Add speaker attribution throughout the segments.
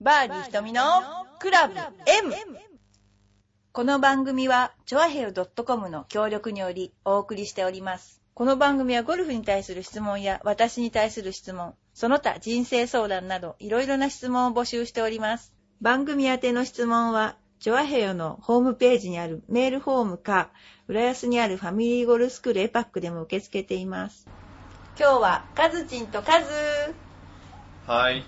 Speaker 1: バーディー瞳のクラブ M! この番組は、チョアヘル .com の協力によりお送りしております。この番組はゴルフに対する質問や私に対する質問、その他人生相談などいろいろな質問を募集しております。番組宛ての質問は、チョアヘヨのホームページにあるメールフォームか、浦安にあるファミリーゴルフスクールエパックでも受け付けています。今日は、カズチンとカズー。
Speaker 2: はい。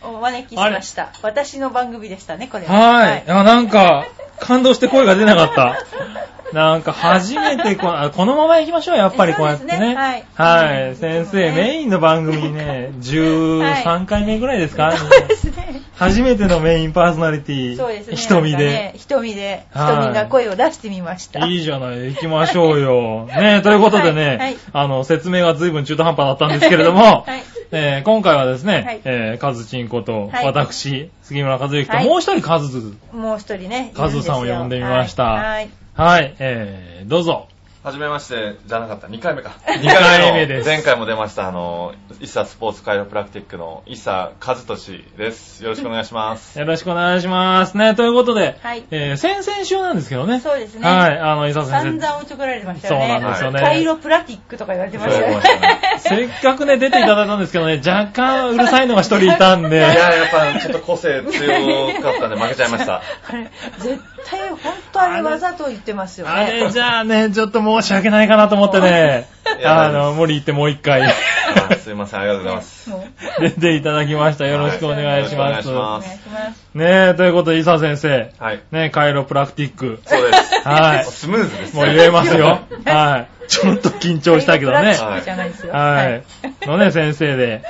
Speaker 1: お招きしました。私の番組でしたね、これ
Speaker 2: はい。あ、なんか、感動して声が出なかった。なんか、初めてこ、あこのまま行きましょう、やっぱりこうやって
Speaker 1: そうです
Speaker 2: ね。
Speaker 1: ねはい
Speaker 2: はい
Speaker 1: うん
Speaker 2: 先
Speaker 1: いつ
Speaker 2: 生、
Speaker 1: もね
Speaker 2: メインの番組ね、
Speaker 1: は
Speaker 2: 13回目ぐらいですか、
Speaker 1: そうですね。
Speaker 2: 初めてのメインパーソナリテ ィ、
Speaker 1: そうですね。
Speaker 2: 瞳
Speaker 1: なんか
Speaker 2: で
Speaker 1: ね。。瞳で、
Speaker 2: はい
Speaker 1: 瞳が声を出してみました。
Speaker 2: いいじゃない、行きましょうよ。ねということでね、
Speaker 1: はいはい
Speaker 2: あの、説明が随分中途半端だったんですけれども、
Speaker 1: はい
Speaker 2: えー今回はですね、
Speaker 1: はい
Speaker 2: えーカズチンこと、
Speaker 1: はい
Speaker 2: 私、杉村和之と、
Speaker 1: はい
Speaker 2: もう一人カズズ
Speaker 1: もう一人ね。
Speaker 2: カズさんを
Speaker 1: いるですよ
Speaker 2: 呼んでみました
Speaker 1: はい。
Speaker 2: はい、えー、どうぞ。
Speaker 3: はじめまして、じゃなかった、2回目か。2
Speaker 2: 回目です
Speaker 3: 前回も出ました、あの、イサスポーツカイロプラクティックのイサ和俊です。よろしくお願いします。
Speaker 2: よろしくお願いします。ね、ということで、
Speaker 1: はい
Speaker 2: えー、先々週なんですけどね。
Speaker 1: そうですね
Speaker 2: はい、あの、伊佐
Speaker 1: 散
Speaker 2: 先生。
Speaker 1: 々おちょくられてましたよね。
Speaker 2: そうなん
Speaker 3: ですよ
Speaker 2: ね
Speaker 1: カイロプラティックとか言われて
Speaker 3: そ
Speaker 1: ました
Speaker 3: う
Speaker 1: よ
Speaker 3: 思いま
Speaker 1: ね。
Speaker 3: したね
Speaker 2: せっかくね、出ていただいたんですけどね、若干うるさいのが一人いたん
Speaker 3: い
Speaker 2: で、
Speaker 3: や、やっぱちょっと個性強かったんで負けちゃいました。
Speaker 1: あれ絶対、本当あれわざと言ってますよ
Speaker 2: あれ
Speaker 1: ね。
Speaker 2: じゃあね、ちょっと申し訳ないかなと思ってね
Speaker 3: い、や
Speaker 2: あの、森行ってもう一回
Speaker 3: あすいません、ありがとうございます。
Speaker 1: もう
Speaker 2: 出ていただきました。よろしくお願いしま
Speaker 3: はいよろし
Speaker 2: す
Speaker 3: くお。願
Speaker 1: お願いします。
Speaker 2: ねえ、ということで、伊佐先生、
Speaker 3: はい。
Speaker 2: ね、カイロプラクティック、
Speaker 3: そうです。
Speaker 2: はい
Speaker 3: もうスムーズです。
Speaker 2: もう言えますよ。はい。ちょっと緊張したけど
Speaker 1: カイロ
Speaker 2: ね
Speaker 1: プ。ラティックじゃないですよ。
Speaker 2: はい。のね、先生で。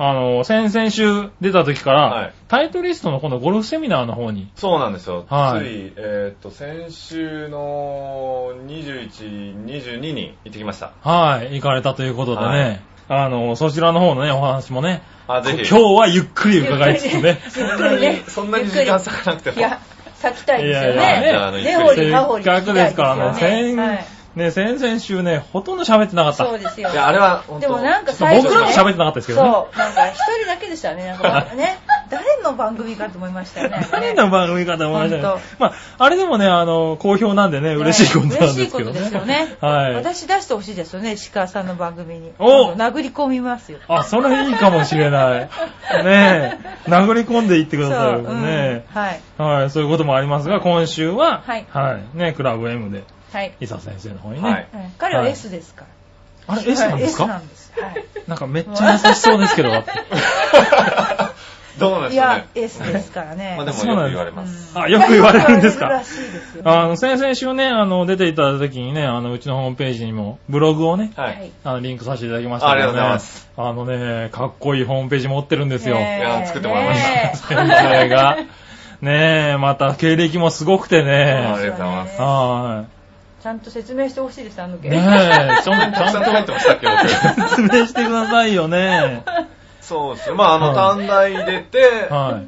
Speaker 2: あの、先々週出た時から、
Speaker 3: はい
Speaker 2: タイトリストのこのゴルフセミナーの方に。
Speaker 3: そうなんですよ。
Speaker 2: はい
Speaker 3: つい、えーっと、先週の21、22に行ってきました。
Speaker 2: はい、行かれたということでね。
Speaker 3: はい
Speaker 2: あの、そちらの方のね、お話もね。
Speaker 3: あ、ぜ
Speaker 2: こ
Speaker 3: ひ。
Speaker 2: 今日はゆっくり伺いつつね。
Speaker 1: ゆっくりね。
Speaker 3: そんなに
Speaker 1: ゆっくり
Speaker 3: 時間割かなくても
Speaker 1: いや、割きたいですよ
Speaker 2: いやいやいや
Speaker 3: あ
Speaker 1: ね。
Speaker 3: の
Speaker 1: ねほりはほ
Speaker 2: せっ
Speaker 1: り聞きたいですよ
Speaker 2: か
Speaker 1: ね。
Speaker 2: くですからね、先、
Speaker 1: はい
Speaker 2: ね、先々週ね、ほとんど喋ってなかった。
Speaker 1: そうですよ。
Speaker 3: いや、あれは本当
Speaker 1: でもなんか最初
Speaker 2: 僕
Speaker 1: ね
Speaker 2: らも喋ってなかったですけどね。
Speaker 1: そう。なんか一人だけでしたね。なん かね、誰の番組かと思いましたよね。
Speaker 2: 何の番組かと思いました
Speaker 1: 本
Speaker 2: ね。まあ、あれでもね、あの、好評なんでね、嬉しいことなんですけど
Speaker 1: 嬉しいことですよね。
Speaker 2: はい。
Speaker 1: 私出してほしいですよね、石川さんの番組に。
Speaker 2: お
Speaker 1: 今度殴り込みますよ。
Speaker 2: あ、それいいかもしれない。ねえ、殴り込んでいってください。
Speaker 1: そううん
Speaker 2: ね
Speaker 1: はい。
Speaker 2: え。はい、そういうこともありますが、今週は、
Speaker 1: はい
Speaker 2: ね、クラブ M で、
Speaker 1: はい。
Speaker 2: 伊佐先生の方にね。
Speaker 3: はい。
Speaker 1: うん彼は
Speaker 2: はい
Speaker 1: S ですから。
Speaker 2: あれ、S なんですか、
Speaker 1: はい S なんです。はい。
Speaker 2: なんかめっちゃ優しそうですけど、だって
Speaker 3: どうなんで
Speaker 1: い
Speaker 3: しょう
Speaker 1: や
Speaker 3: ね、。
Speaker 1: S ですからね。
Speaker 3: まあでも
Speaker 2: そう
Speaker 3: よ
Speaker 2: なんで
Speaker 3: く
Speaker 2: す
Speaker 3: 言われます。
Speaker 2: あ、よく言われるんです
Speaker 1: 言われるら
Speaker 2: か
Speaker 1: しいですよ。
Speaker 2: あの、先々週ね、あの、出ていただいた時にね、あの、うちのホームページにも、ブログをね、
Speaker 3: は。
Speaker 1: はい
Speaker 2: あの、リンクさせていただきましたけどね。
Speaker 3: ありがとうございます。
Speaker 2: あのね、かっこいいホームページ持ってるんですよ。
Speaker 1: ねえ
Speaker 3: いや作ってもらいました
Speaker 2: 先
Speaker 1: ねえ
Speaker 2: 生が。ねえ、また経歴もすごくて
Speaker 3: あ
Speaker 2: ね。
Speaker 3: りがとうございます。
Speaker 2: は
Speaker 1: ちゃんと説明してほしいです、あの
Speaker 2: い。
Speaker 1: 件。
Speaker 2: ねえ、ちょんち
Speaker 3: たくさん書
Speaker 2: ゃ
Speaker 3: い
Speaker 2: ん
Speaker 3: て
Speaker 2: と
Speaker 3: ましたっけ、僕。
Speaker 2: 説明してくださいよね。
Speaker 3: そうですね。まあ、あの、
Speaker 2: はい
Speaker 3: 短大出て、
Speaker 2: はい。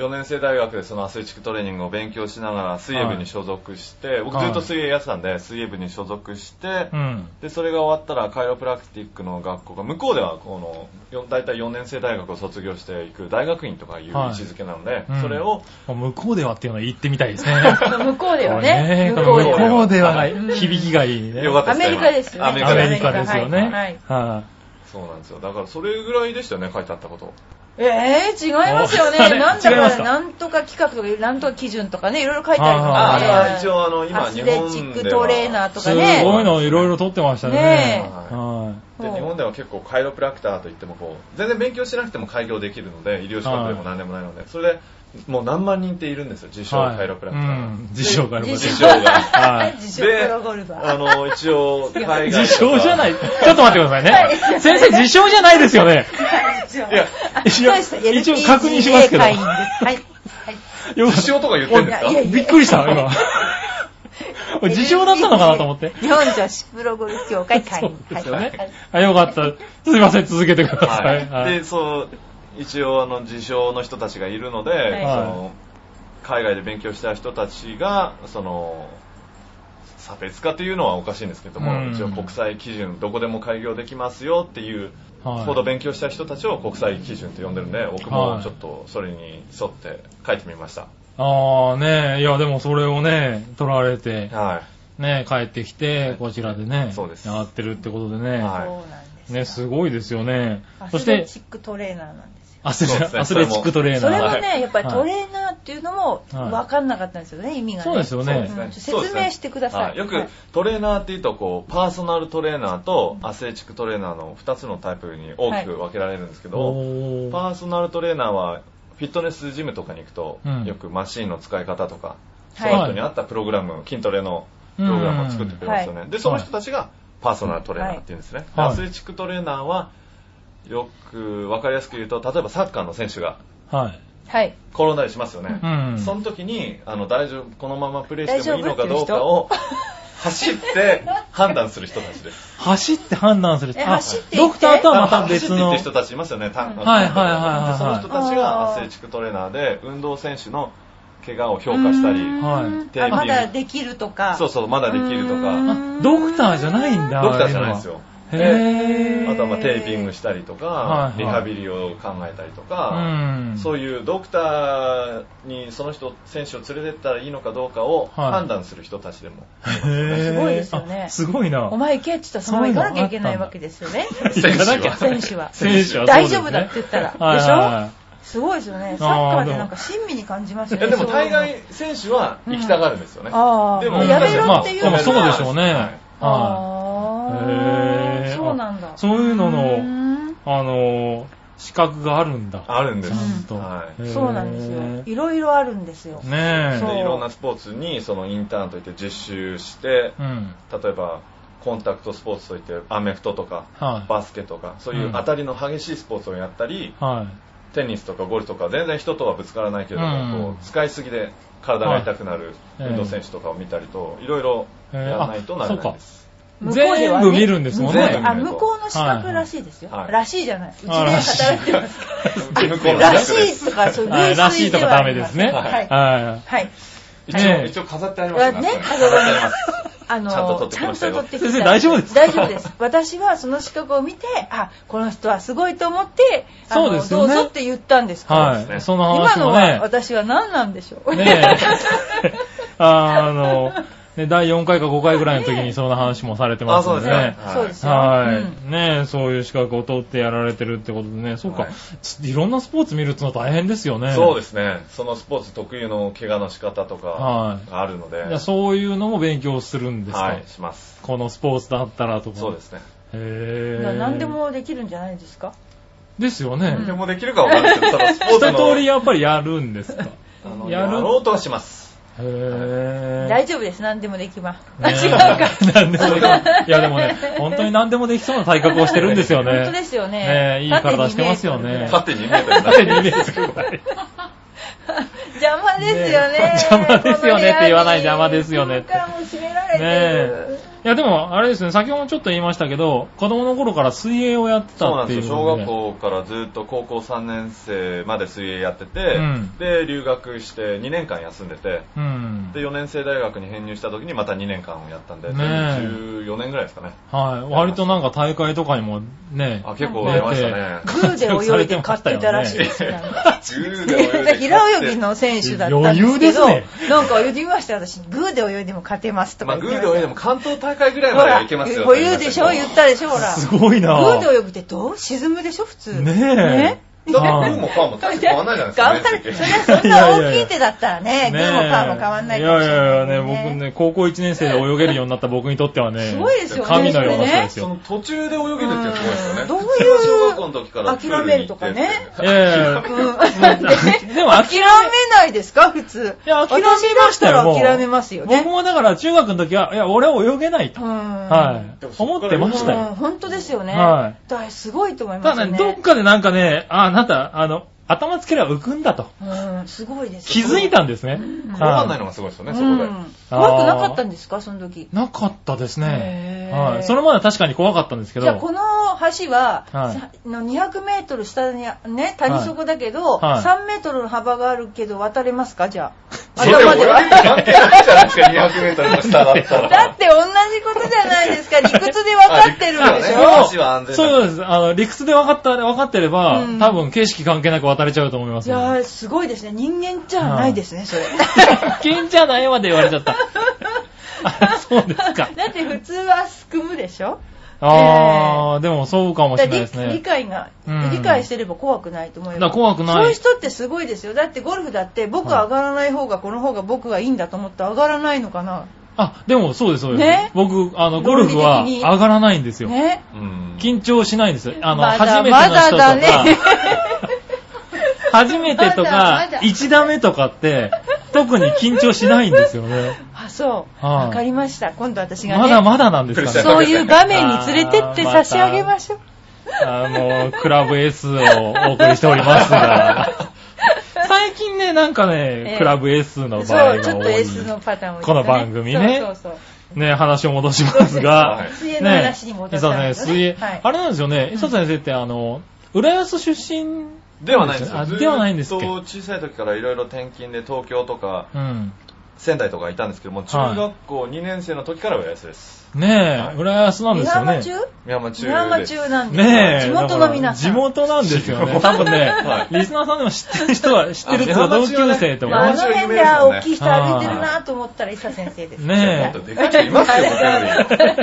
Speaker 3: 4年生大学でそのアスレチックトレーニングを勉強しながら水泳部に所属して、僕ずっと水泳やってたんで、水泳部に所属して
Speaker 2: う、ん。
Speaker 3: で、それが終わったらカイロプラクティックの学校が、向こうではこの、よ大体4年生大学を卒業していく大学院とかいう位置づけなので
Speaker 2: うん、
Speaker 3: それを、
Speaker 2: 向こうではっていうのは言ってみたいですね。
Speaker 1: 向こうではね。
Speaker 2: こ
Speaker 1: 向こう
Speaker 2: れね
Speaker 1: で
Speaker 2: 向
Speaker 1: は。
Speaker 2: こうではが
Speaker 1: うん
Speaker 2: 響きがいいね。
Speaker 3: よかった
Speaker 1: ア
Speaker 3: です
Speaker 1: メ
Speaker 3: ね。
Speaker 1: リカですよね
Speaker 3: アメリ
Speaker 2: ア
Speaker 3: カ
Speaker 2: メ
Speaker 3: で
Speaker 2: リ
Speaker 3: す。
Speaker 2: カですよね。
Speaker 1: はいはい
Speaker 2: は
Speaker 3: そうなんですよ。だからそれぐらいでしたよね、書いてあったこと。
Speaker 1: えー、違いますよね。
Speaker 2: あれ
Speaker 1: なんだ
Speaker 2: 違い
Speaker 1: か
Speaker 2: ますか
Speaker 1: なんとか企画とか、なんとか基準とかね、いろいろ書いてある
Speaker 3: あ、
Speaker 2: はい
Speaker 3: あれ
Speaker 1: からね。
Speaker 3: は一応あの、今
Speaker 1: アス
Speaker 3: 日
Speaker 1: レ
Speaker 3: 本では。
Speaker 1: チックトレーナー
Speaker 2: い
Speaker 1: と
Speaker 2: す
Speaker 1: か
Speaker 2: ご
Speaker 1: ね。
Speaker 2: いのいろいろ撮ってましたね。
Speaker 1: ね
Speaker 3: え
Speaker 2: は
Speaker 3: で日本では結構カイロプラクターといってもこう全然勉強しなくても開業できるので医療資格でも何でもないのでそれでもう何万人っているんですよ自
Speaker 2: い
Speaker 3: 称カイロプラクターが、
Speaker 2: うん自称カイロプラクター
Speaker 3: 自称が
Speaker 2: はい
Speaker 1: 自称
Speaker 3: で
Speaker 1: プロゴルファ
Speaker 3: あ
Speaker 1: ー。
Speaker 3: の一応海外
Speaker 2: 自称じゃない。
Speaker 3: い
Speaker 2: ちょっと待ってくださいね。先生、自称じゃないですよね。
Speaker 1: 一応
Speaker 3: いや
Speaker 1: あ
Speaker 2: 一応
Speaker 1: そうです
Speaker 2: 一応確認しますけ
Speaker 1: LPGA
Speaker 2: ど
Speaker 1: 会員ですはい。はい。
Speaker 2: よ
Speaker 3: 自称とか言ってんで
Speaker 1: い
Speaker 3: す
Speaker 1: やい
Speaker 3: か
Speaker 1: や
Speaker 2: びっくりした、 今。自称だったのかなと思って。
Speaker 1: 日本女子プロゴルフ協会会
Speaker 2: そう
Speaker 1: 員。
Speaker 2: ですよ
Speaker 1: は
Speaker 2: ね
Speaker 1: い。。
Speaker 2: あ、よかった。すいません、続けてください。
Speaker 3: は、
Speaker 2: はいい
Speaker 3: でそう一応あの自称の人たちがいるので、
Speaker 1: い
Speaker 3: その海外で勉強した人たちがその差別化というのはおかしいんですけども、
Speaker 2: うん
Speaker 3: 一応国際基準どこでも開業できますよっていう
Speaker 2: はい
Speaker 3: ほど勉強した人たちを国際基準って呼んでるんで僕もちょっとそれに沿って書いてみました
Speaker 2: ああ、ねえ、いや、でもそれをね、取られて、
Speaker 3: は
Speaker 2: ねえ、帰ってきて、こちらでね、
Speaker 3: そうです
Speaker 2: やってるってことでね、
Speaker 3: はい
Speaker 1: そうなんですよ
Speaker 2: ね、すごいですよね。そ
Speaker 1: ア
Speaker 2: し
Speaker 1: スレ
Speaker 2: て、
Speaker 1: チックトレーナーなんですよ。
Speaker 2: アスレ
Speaker 3: そうですね
Speaker 2: アスレチックトレーナー。
Speaker 1: それも
Speaker 3: はは
Speaker 1: ね、やっぱりトレーナーっていうのも
Speaker 2: はい
Speaker 1: 分かんなかったんですよね、意味がね。
Speaker 2: そうですよね。
Speaker 1: うんちょっと説明してください
Speaker 3: はいよ
Speaker 1: は
Speaker 3: く
Speaker 1: い
Speaker 3: トレーナーっていうとこうパーソナルトレーナーとアスレチックトレーナーの2つのタイプに大きく分けられるんですけど、
Speaker 2: おー
Speaker 3: パーソナルトレーナーはフィットネスジムとかに行くと、
Speaker 2: うん
Speaker 3: よくマシンの使い方とか、
Speaker 1: は
Speaker 3: その
Speaker 1: い。
Speaker 3: 人に合ったプログラム、筋トレのプログラムを作ってくれますよね。
Speaker 1: う
Speaker 3: で、その人たちがパーソナルトレーナーって言うんですね。
Speaker 2: はい
Speaker 3: アスレチックトレーナーは、よくわかりやすく言うと、例えばサッカーの選手が
Speaker 2: はい。
Speaker 1: はい。
Speaker 3: 転んだりしますよね。
Speaker 2: うん。
Speaker 3: その時に、あの、大丈夫、このままプレイしてもいいのかどうか
Speaker 1: 大丈夫
Speaker 3: を、走って判断する人た ちです。
Speaker 2: 走って判断する。
Speaker 1: え
Speaker 2: あ
Speaker 1: 走って言って
Speaker 2: ドクターとはまた
Speaker 3: 走って
Speaker 2: 別
Speaker 3: って
Speaker 2: の。
Speaker 3: いう人たちいますよね、単
Speaker 1: うん
Speaker 2: はいはいはいはい
Speaker 3: でその人たちがアスレチックトレーナーで、運動選手の怪我を評価したり、
Speaker 2: は
Speaker 3: テレビ
Speaker 1: まだできるとか。
Speaker 3: そうそう、まだできると
Speaker 1: うん
Speaker 3: か、
Speaker 2: あドクターじゃないんだ。
Speaker 3: ドクターじゃないんですよ。
Speaker 2: あれは。へ
Speaker 3: あ
Speaker 2: ぇ
Speaker 3: とはまあテーピングしたりと
Speaker 2: はいは
Speaker 3: か
Speaker 2: い、
Speaker 3: リハビリを考えたりとか、
Speaker 2: ー。うん。
Speaker 3: そう
Speaker 2: いう。
Speaker 3: いうドクターにその人、選手を連れてったらいいのかどうかを
Speaker 2: はい
Speaker 3: 判断する人たちでも、
Speaker 1: すごいですよね
Speaker 2: あすごいな。
Speaker 1: お前行けって言ったらそのまま行かなきゃいけないわけですよね。
Speaker 2: 行かなきゃ
Speaker 1: 選手は。
Speaker 2: 選手は そう
Speaker 1: 大
Speaker 2: です
Speaker 1: 丈
Speaker 2: ね
Speaker 1: 夫だって言ったら。
Speaker 2: はい
Speaker 1: でし
Speaker 2: はいは
Speaker 1: ょ
Speaker 2: い
Speaker 1: すごいですよね。サッカーってなんか親身に感じます
Speaker 3: い
Speaker 1: よね。
Speaker 3: やでも
Speaker 1: そういう
Speaker 3: 大
Speaker 1: の
Speaker 3: 概、選手は行きたがるんですよね。
Speaker 1: ああ
Speaker 3: で
Speaker 1: やめろっていうの
Speaker 2: ま
Speaker 1: は
Speaker 2: あ、でもそうでしょうね。は
Speaker 3: は
Speaker 2: い
Speaker 1: あ
Speaker 2: へ
Speaker 1: あ、
Speaker 2: ー
Speaker 1: そうなんだ。
Speaker 2: そういうの
Speaker 1: う
Speaker 2: の、
Speaker 1: ん
Speaker 2: あのー、資格があるんだ。
Speaker 3: あるんで
Speaker 2: ち
Speaker 3: す。
Speaker 2: ゃんと。
Speaker 3: はい
Speaker 2: へー
Speaker 1: そうなんですよ。
Speaker 2: ね
Speaker 1: いろいろあるんですよ。
Speaker 2: え。
Speaker 1: そう
Speaker 3: でいろんなスポーツにそのインターンといって実習して、
Speaker 2: うん。
Speaker 3: 例えばコンタクトスポーツといってアメフトとか
Speaker 2: はい。
Speaker 3: バスケとかそういう当たりの激しいスポーツをやったり、
Speaker 2: はい。
Speaker 3: テニスとかゴルフとか全然人とはぶつからないけれども、
Speaker 2: うん
Speaker 3: こう使いすぎで体が痛くなる
Speaker 2: はい
Speaker 3: 運動選手とかを見たりと、いろいろやらないとならないです。
Speaker 1: 向こうでは
Speaker 2: 全
Speaker 1: ね
Speaker 2: 部見るんですもん
Speaker 3: 全
Speaker 2: ね
Speaker 3: 部。
Speaker 1: あ、向こうの資格らしいですよ。
Speaker 3: はいはい
Speaker 1: らしいじゃない。うちで
Speaker 2: あらしい
Speaker 1: 働いてます。
Speaker 3: 向 こうの
Speaker 1: ら
Speaker 3: 略で
Speaker 1: し
Speaker 3: す
Speaker 1: いとか、そういう
Speaker 2: はい
Speaker 1: 類推では
Speaker 2: らしいとかダメですね。
Speaker 1: ありませんはい。
Speaker 2: は
Speaker 1: はい。
Speaker 3: 一
Speaker 2: え
Speaker 3: 応
Speaker 2: え
Speaker 3: 一応飾ってあります
Speaker 1: ね
Speaker 3: これ
Speaker 1: 飾ってあります
Speaker 3: 飾ってあり
Speaker 1: あの
Speaker 3: ちゃんと取って
Speaker 1: ち
Speaker 3: き
Speaker 1: ゃん
Speaker 3: ま
Speaker 1: と
Speaker 3: したよ
Speaker 1: 取ってきた
Speaker 2: 先生大丈夫ですか
Speaker 1: 大丈夫です。私はその資格を見て、あ、この人はすごいと思って、あの
Speaker 2: そうですよね
Speaker 1: どうぞって言ったんですから。
Speaker 2: い。は
Speaker 3: そうで
Speaker 2: い。
Speaker 3: すね
Speaker 2: その
Speaker 1: 今
Speaker 2: 話
Speaker 1: の
Speaker 2: も
Speaker 1: は
Speaker 2: ね。
Speaker 1: 私は何なんでしょう。
Speaker 2: ねえ。あの、ね、第4回か5回ぐらいの時にそんな話もされてますの
Speaker 3: あそう
Speaker 2: で
Speaker 3: ですね
Speaker 2: ね。
Speaker 1: そうですよ。
Speaker 2: はい、ねえ、そういう資格を取ってやられてるってことでね。そうか。
Speaker 3: はい
Speaker 2: い、ろんなスポーツ見るってのは大変ですよね。
Speaker 3: そう
Speaker 2: す。
Speaker 3: ですね。そのスポーツ特有の怪我の仕方とか
Speaker 2: はい
Speaker 3: があるので、
Speaker 2: じゃあそういうのも勉強するんですか、
Speaker 3: はい、します。
Speaker 2: このスポーツだったらとか。
Speaker 3: そうですね。
Speaker 2: へ
Speaker 1: うん。
Speaker 2: え。
Speaker 1: 何で。もできるんじゃないですか。
Speaker 2: ですよね。
Speaker 1: うん
Speaker 3: でもできるかわかんないけど、ただスポー
Speaker 2: 一
Speaker 3: ツの
Speaker 2: 通りやっぱりやるんですか。
Speaker 3: あの
Speaker 2: や
Speaker 3: や
Speaker 2: る
Speaker 3: ろうとはします。
Speaker 2: へえ。
Speaker 1: 大丈夫です。何でもできます。あ、
Speaker 2: ね
Speaker 1: 違うか。
Speaker 2: 何でもできるいやでもね、本当に何でもできそうな体格をしてるんですよね。
Speaker 1: 本当ですよね
Speaker 2: ねえいい体してますよね。
Speaker 1: 縦
Speaker 3: 勝手に見えたりな
Speaker 2: 縦にイメージくらい。
Speaker 1: 邪魔ですよね。
Speaker 2: ね邪魔ですよねって言わない邪魔ですよねって
Speaker 1: この部屋に空間も閉められ
Speaker 2: ね
Speaker 1: てる。
Speaker 2: いやでも、あれですね、先ほどもちょっと言いましたけど、子供の頃から水泳をやって
Speaker 3: そう
Speaker 2: た
Speaker 3: な
Speaker 2: っ
Speaker 3: ん
Speaker 2: てい
Speaker 3: で
Speaker 2: う
Speaker 3: すよ。
Speaker 2: の
Speaker 3: 小
Speaker 2: で
Speaker 3: 学校からずっと高校3年生まで水泳やってて、
Speaker 2: うん
Speaker 3: で、留学して2年間休んでて、
Speaker 2: うん。
Speaker 3: で、4年生大学に編入した時にまた2年間をやったんで、
Speaker 2: ねえ
Speaker 3: 14年ぐらいですかね。
Speaker 2: はい。割となんか大会とかにもね、
Speaker 3: あ、結構出まし たね。
Speaker 1: グーで泳いで勝っていたらしいですよ。
Speaker 3: 10
Speaker 1: で平泳ぎの選手だったんです
Speaker 2: 余裕
Speaker 1: け
Speaker 2: です
Speaker 1: ど、
Speaker 2: ね
Speaker 1: なんか泳ぎましたよ私、グーで泳いでも勝てますとか
Speaker 3: まあ、
Speaker 1: 言
Speaker 3: グ
Speaker 1: ってまし
Speaker 3: ーで
Speaker 1: た
Speaker 3: 泳いでも関東大会ぐらいまでは行けますよ。
Speaker 1: ほら言うでしょ言ったでしょほら。
Speaker 2: すごいな
Speaker 1: グーで泳ぐってどう沈むでしょ普通。
Speaker 2: ねえ
Speaker 1: ね
Speaker 3: だってグーもパーも大して変わんないじゃないですか、
Speaker 1: 頑張る。
Speaker 3: 面
Speaker 1: そ
Speaker 3: 積
Speaker 1: れはそんな大きい手だったらね、
Speaker 2: ね
Speaker 1: グーもパーも変わんない
Speaker 2: い
Speaker 1: かも
Speaker 2: や
Speaker 1: し
Speaker 2: い
Speaker 1: れ
Speaker 2: やい
Speaker 1: ない
Speaker 2: やね、
Speaker 1: よね。
Speaker 2: 僕ね、高校1年生で泳げるようになった僕にとってはね、
Speaker 1: すごいですよね
Speaker 2: 神のよう
Speaker 1: そ
Speaker 2: な人
Speaker 1: れ
Speaker 2: で
Speaker 1: ね
Speaker 2: す
Speaker 3: そ
Speaker 2: よ
Speaker 3: の。途中で泳げるっていうすごいですよね。
Speaker 1: どういう
Speaker 3: 小学校の時からプールに行っ
Speaker 1: 諦
Speaker 3: て
Speaker 1: めるとかね
Speaker 2: いやい や
Speaker 1: うん
Speaker 2: でも
Speaker 1: 諦めないですか普通。
Speaker 2: いや、諦めましたよ。
Speaker 1: 私だっ
Speaker 2: もう
Speaker 1: たら諦めますよね
Speaker 2: 僕。もだから中学の時は、いや、俺は泳げないと。
Speaker 1: うん
Speaker 2: はい
Speaker 3: でも。そ
Speaker 2: 思
Speaker 3: こ
Speaker 2: っ
Speaker 3: か
Speaker 2: て
Speaker 3: ら
Speaker 2: ました
Speaker 1: うん
Speaker 2: よ。
Speaker 1: 本当ですよね。
Speaker 2: は
Speaker 1: だからすごいと思いま
Speaker 2: た
Speaker 1: す
Speaker 2: だ
Speaker 1: よね。
Speaker 2: ね、どっかでなんかね、あ、あなた、あの、頭つければ浮くんだと。
Speaker 1: うん、すごいです。
Speaker 2: 気づいたんですね。
Speaker 3: わ
Speaker 2: は
Speaker 3: かんないのがすごいですよね、そこ
Speaker 1: うん
Speaker 3: で。
Speaker 1: 怖くなかったんですか、その時。
Speaker 2: なかったですね
Speaker 1: へ。ー
Speaker 2: はい。それまで確かに怖かったんですけ
Speaker 1: じゃあ、
Speaker 2: ど
Speaker 1: こ、の橋は、
Speaker 2: はい
Speaker 1: さの200メートル下に、ね、谷底だけど、
Speaker 2: はい
Speaker 1: 3メートルの幅があるけど渡れますか、じゃあ。
Speaker 3: それ
Speaker 1: 頭で
Speaker 3: 俺に関係ないじゃないですか、200メートルの下だったら。
Speaker 1: だって同じことじゃないですか。理屈で分かってるんでし
Speaker 3: あ理屈だよね
Speaker 1: ょ
Speaker 3: 足は安全だ
Speaker 2: そういうことです。あの、理屈で分かった、分かってれば、
Speaker 1: うん
Speaker 2: 多分景色関係なく渡れちゃうと思いま
Speaker 1: い
Speaker 2: すよ。
Speaker 1: やー、すごいですね。人間じゃないですね、それ。
Speaker 2: 金じゃないまで言われちゃった。あそうですか。
Speaker 1: だって普通はすくむでしょ
Speaker 2: あー、でもそうかもしれないです
Speaker 1: だから理理
Speaker 2: ね。
Speaker 1: 解が、
Speaker 2: うん
Speaker 1: 理解してれば怖くないと思い
Speaker 2: だ
Speaker 1: ま
Speaker 2: か
Speaker 1: す。
Speaker 2: ら怖く
Speaker 1: そう
Speaker 2: な
Speaker 1: いう
Speaker 2: い。
Speaker 1: 人ってすごいですよ。だってゴルフだって僕は上がらない方がこの方が僕がいいんだと思って上がらないのかな。
Speaker 2: あ、でもそうです、そうです。
Speaker 1: ね
Speaker 2: 僕、あの、ゴルフは
Speaker 1: 論理的に
Speaker 2: 上がらないんですよ。
Speaker 1: ね。
Speaker 3: うん
Speaker 2: 緊張しないんですよ。あの、
Speaker 1: まだ
Speaker 2: 初めての人と
Speaker 1: ま
Speaker 2: か、
Speaker 1: だだ ね
Speaker 2: 初めて
Speaker 1: ま
Speaker 2: とか
Speaker 1: だま、だ
Speaker 2: 1打目とかって、特に緊張しないんですよね。
Speaker 1: あ、そう。
Speaker 2: はい
Speaker 1: わかりました。今度私がね。
Speaker 2: まだまだなんですかね。
Speaker 1: そういう場面に連れてって差し上げましょう。
Speaker 2: あの、クラブ S をお送りしておりま すが、最近ね、なんかね、
Speaker 1: ええ
Speaker 2: クラブ S の場合
Speaker 1: そう、
Speaker 2: が
Speaker 1: ちょっ
Speaker 2: 多
Speaker 1: と
Speaker 2: い。
Speaker 1: S のパターンを、
Speaker 2: この番組ね
Speaker 1: そうそうそう。
Speaker 2: ね、話を戻します
Speaker 3: は
Speaker 2: が
Speaker 3: い、
Speaker 1: 水泳の話に戻
Speaker 2: 伊
Speaker 1: ったん
Speaker 2: 佐
Speaker 1: で
Speaker 2: 先生、
Speaker 1: す
Speaker 2: 水泳、
Speaker 1: はい
Speaker 2: あれなんですよね、伊佐先生ってあの、浦安出身
Speaker 3: ではないんですよ。
Speaker 2: あではないんですっけ
Speaker 3: ずーっと小さい時からいろいろ転勤で東京とか
Speaker 2: うん。
Speaker 3: 仙台とかいたんですけども、中学校2年生の時から浦安です。
Speaker 2: ねえ、浦安なんで
Speaker 1: 美
Speaker 2: すよ
Speaker 1: 浜
Speaker 2: ね。
Speaker 1: 中
Speaker 3: 美山中
Speaker 1: 美浜
Speaker 3: です。
Speaker 1: 中なんですよ
Speaker 2: ねえ、
Speaker 1: 地元の皆さん。
Speaker 2: だから地元なんですよ
Speaker 3: 地
Speaker 2: ね。
Speaker 3: 元
Speaker 2: 多分ね、
Speaker 3: はい
Speaker 2: リスナーさんでも知ってる人は、知ってる人は
Speaker 3: あ
Speaker 2: 同
Speaker 3: 山中は
Speaker 2: 級生
Speaker 3: ね
Speaker 2: と
Speaker 1: まあ、あ
Speaker 2: か
Speaker 1: の
Speaker 3: 山。中有
Speaker 1: 辺
Speaker 3: 名
Speaker 1: で
Speaker 3: です
Speaker 1: あ
Speaker 3: よね
Speaker 1: 大きい人歩いてるなと思ったら伊佐先生です。
Speaker 3: も
Speaker 2: ね
Speaker 3: っとでかい人いますよ、僕よ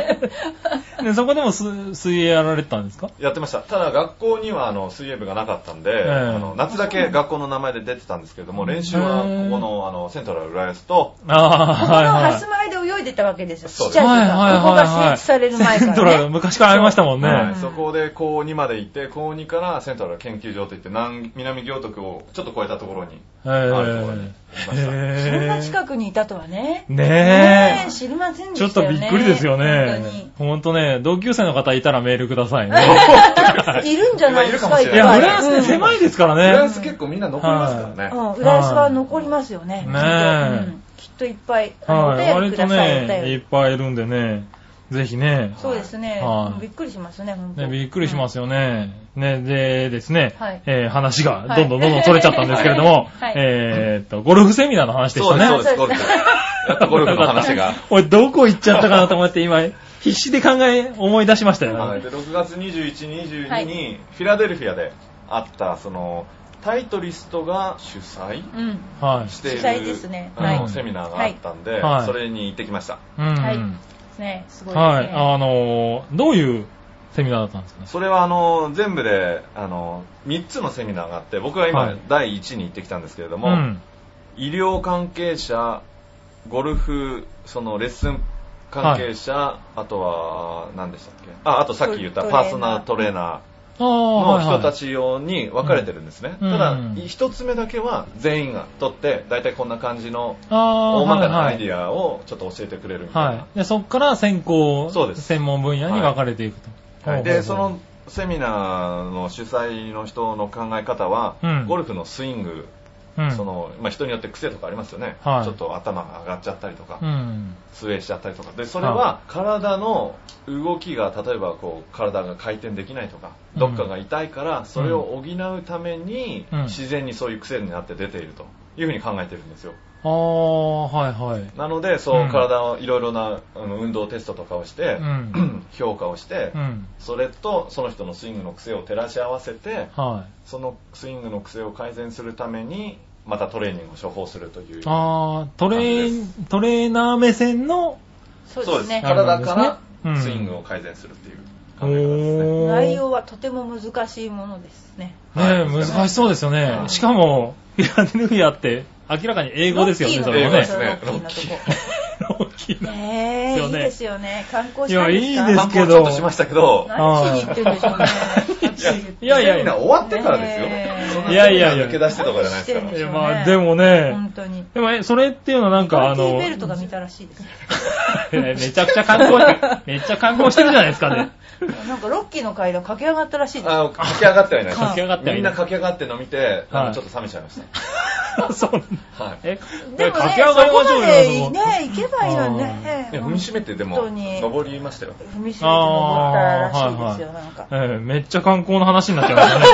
Speaker 2: え。ねそこでもす水泳やられてたんですか
Speaker 3: り。やってました。ただ学校にはあの水泳部がなかったんで、
Speaker 2: え
Speaker 3: あの夏だけ学校の名前で出てたんですけれども、練習はここのあのセントラル浦安と、
Speaker 1: ここ
Speaker 2: ああ、
Speaker 1: の
Speaker 2: はいはい。
Speaker 1: 襖絵で泳いでたわけですよ。
Speaker 3: そう
Speaker 1: ちっち
Speaker 3: です
Speaker 1: ゃい時
Speaker 2: はいはい
Speaker 1: が。ここが
Speaker 2: はいは
Speaker 1: 設
Speaker 2: い。
Speaker 1: 置される前
Speaker 2: セン
Speaker 1: か
Speaker 2: ト
Speaker 1: ら
Speaker 2: ラル
Speaker 1: ね。
Speaker 2: 昔からありましたもんね。
Speaker 3: はい
Speaker 1: うん
Speaker 3: そこで高2まで行って、高2からセントラル研究所といって南南行徳をちょっと越えたところに
Speaker 2: え
Speaker 3: あるところにい
Speaker 2: ー
Speaker 3: まし
Speaker 1: そ
Speaker 3: た。
Speaker 1: んな
Speaker 2: え
Speaker 1: 近くにいたとはね。
Speaker 2: ー
Speaker 1: ね
Speaker 2: ね
Speaker 1: え、知りません
Speaker 2: え。
Speaker 1: で
Speaker 2: ちょっ
Speaker 1: した
Speaker 2: と
Speaker 1: よね。
Speaker 2: びっくりですよ
Speaker 1: 本当に
Speaker 2: ね。ほんとね、同級生の方いたらメールくださいね。
Speaker 1: いるんじゃないですか、
Speaker 3: 今いるかもし
Speaker 2: い
Speaker 3: れ
Speaker 2: や、
Speaker 3: ない
Speaker 2: フランスって狭いですから
Speaker 3: フラ
Speaker 2: ね
Speaker 3: ン。ス結構みんな残りますからね。
Speaker 1: うん、浦安は残りますよね。き
Speaker 2: うん
Speaker 1: っと
Speaker 2: ねえ
Speaker 1: うんきっといっぱい。あのお
Speaker 2: はい、
Speaker 1: 便
Speaker 2: 割
Speaker 1: りく
Speaker 2: と
Speaker 1: ださい、お便
Speaker 2: ね、い
Speaker 1: り。
Speaker 2: っぱいいるんでね、ぜひね、
Speaker 1: そうですね
Speaker 2: は。い
Speaker 1: びっくりしますね、本当。
Speaker 2: ねびっくりしますすよね。ね、でですね、
Speaker 1: はい
Speaker 2: えー話が
Speaker 1: はい
Speaker 2: どんどんどんどん取れちゃったんですけれども、
Speaker 1: はい
Speaker 2: えーっと、ゴルフセミナーの話でしたね。
Speaker 3: そうです、そうです、ゴルフ。やっとゴルフの話 が。
Speaker 2: 俺、どこ行っちゃったかなと思って、今、必死で考え、思い出しましたよ。
Speaker 3: はいで6月21、22にフィラデルフィアであった、その、タイトリストが主催
Speaker 1: うん。
Speaker 2: はい。
Speaker 3: している
Speaker 1: 主催ですね
Speaker 3: あの
Speaker 2: はい
Speaker 3: セミナーがあったんで、
Speaker 2: はい
Speaker 3: それに行ってきました。
Speaker 2: うん。は
Speaker 1: はいい。ね、すごいですね。
Speaker 2: あのー、どういうセミナーだったんですかね。
Speaker 3: それはあの全部であの3つのセミナーがあって僕は今、
Speaker 2: はい
Speaker 3: 第1に行ってきたんですけれども、
Speaker 2: うん。
Speaker 3: 医療関係者ゴルフそのレッスン関係者、あとは何でしたっけああとさっき言った
Speaker 1: ト
Speaker 3: パーソナルトレーナ
Speaker 2: あ
Speaker 3: ー
Speaker 2: あ、
Speaker 3: の人た
Speaker 2: ち。
Speaker 3: ち用に分かれてるんですね、
Speaker 2: うん
Speaker 3: ただ
Speaker 2: うん
Speaker 3: 1つ目だけは全員が取って大体こんな感じの
Speaker 2: ああ、
Speaker 3: 大まかな
Speaker 2: は
Speaker 3: ア
Speaker 2: い
Speaker 3: イディアをちょっと教えてくれるみたいな、
Speaker 2: はい。で、そこから専攻、
Speaker 3: そうです
Speaker 2: 専門分野に分かれていくと。
Speaker 3: は
Speaker 2: ほうほうほう
Speaker 3: いでその、セミナーの主催の人の考え方は、
Speaker 2: うん
Speaker 3: ゴルフのスイング、
Speaker 2: うん、
Speaker 3: そ、のまあ、人によって癖とかありますよね、
Speaker 2: はい
Speaker 3: ちょっと頭が上がっちゃったりとか、
Speaker 2: うん。
Speaker 3: スウェーしちゃったりとかでそれは体の動きが例えばこう体が回転できないとか、
Speaker 2: うん
Speaker 3: どっかが痛いからそれを補うために、
Speaker 2: うん
Speaker 3: 自然にそういう癖になって出ているというふうに考えてるんですよ
Speaker 2: ああ、はいはい。
Speaker 3: なのでそう、
Speaker 2: うん
Speaker 3: 体をいろいろなあの運動テストとかをして
Speaker 2: う、ん。
Speaker 3: 評価をして、
Speaker 2: うん。
Speaker 3: それとその人のスイングの癖を照らし合わせて
Speaker 2: はい。
Speaker 3: そのスイングの癖を改善するためにまたトレーニングを処方するという
Speaker 2: ああ、トレ
Speaker 3: 感じ
Speaker 2: ー、トレーナー目線の、
Speaker 1: そうですね。
Speaker 3: 体か
Speaker 2: うん
Speaker 3: らスイングを改善するっていう考え方ですね、
Speaker 2: お
Speaker 1: 内
Speaker 2: ー
Speaker 1: 容はとても難しいものですね。
Speaker 2: ねえ、難しそうですよね
Speaker 3: は。い
Speaker 2: しかも、フィラデルフィアって、明らかに英語ですよね、
Speaker 1: ロ
Speaker 2: そ
Speaker 1: ッキー
Speaker 2: れ
Speaker 1: の
Speaker 2: も
Speaker 1: とこ
Speaker 2: ね
Speaker 3: です。よね
Speaker 1: ロッキーのとこ
Speaker 2: 大きな。
Speaker 1: ね え、いいですよね。観光したんですか
Speaker 2: いやいいです
Speaker 3: 散歩をちょっとしましたけど
Speaker 1: 何しに行ってるんでしょうね。
Speaker 2: いやいや
Speaker 3: セミナー終わってからですよ、
Speaker 1: ねえ
Speaker 3: そんない
Speaker 2: やいやいや
Speaker 3: 抜け出してとかじゃないです
Speaker 1: して
Speaker 3: か
Speaker 1: ん
Speaker 3: ら
Speaker 1: でしょうね
Speaker 2: まあ、でもね
Speaker 1: 本、当に。
Speaker 2: でもえ、それっていうのはなんか、
Speaker 1: パ
Speaker 2: あ
Speaker 1: ーティー
Speaker 2: の、
Speaker 1: ベルトが見たらしいです。
Speaker 2: え めちゃくちゃ観光、めっちゃ観光してるじゃないですかね。
Speaker 1: なんかロッキーの階段駆け上がったらしいです。
Speaker 3: あ駆け上がってはいない
Speaker 1: 駆
Speaker 2: け上がってはいない
Speaker 3: みんな駆け上がって飲みて、あの
Speaker 2: はい
Speaker 3: ちょっと冷めちゃいまし
Speaker 2: そうなんだ。
Speaker 3: た、はい、
Speaker 2: え、
Speaker 1: でも
Speaker 2: 駆
Speaker 1: ね、
Speaker 2: け上
Speaker 1: そ
Speaker 2: がり
Speaker 1: こ
Speaker 2: まし
Speaker 1: ま
Speaker 2: ょうよ
Speaker 1: で
Speaker 2: そこ
Speaker 1: ね、行けばいいのにね
Speaker 3: い。や踏みしめてでも
Speaker 1: 本当に
Speaker 3: 登りましたよ
Speaker 1: 踏みしめて登ったらしいですよ、なんか。
Speaker 2: ええめっちゃ観光の話になっちゃいましたね。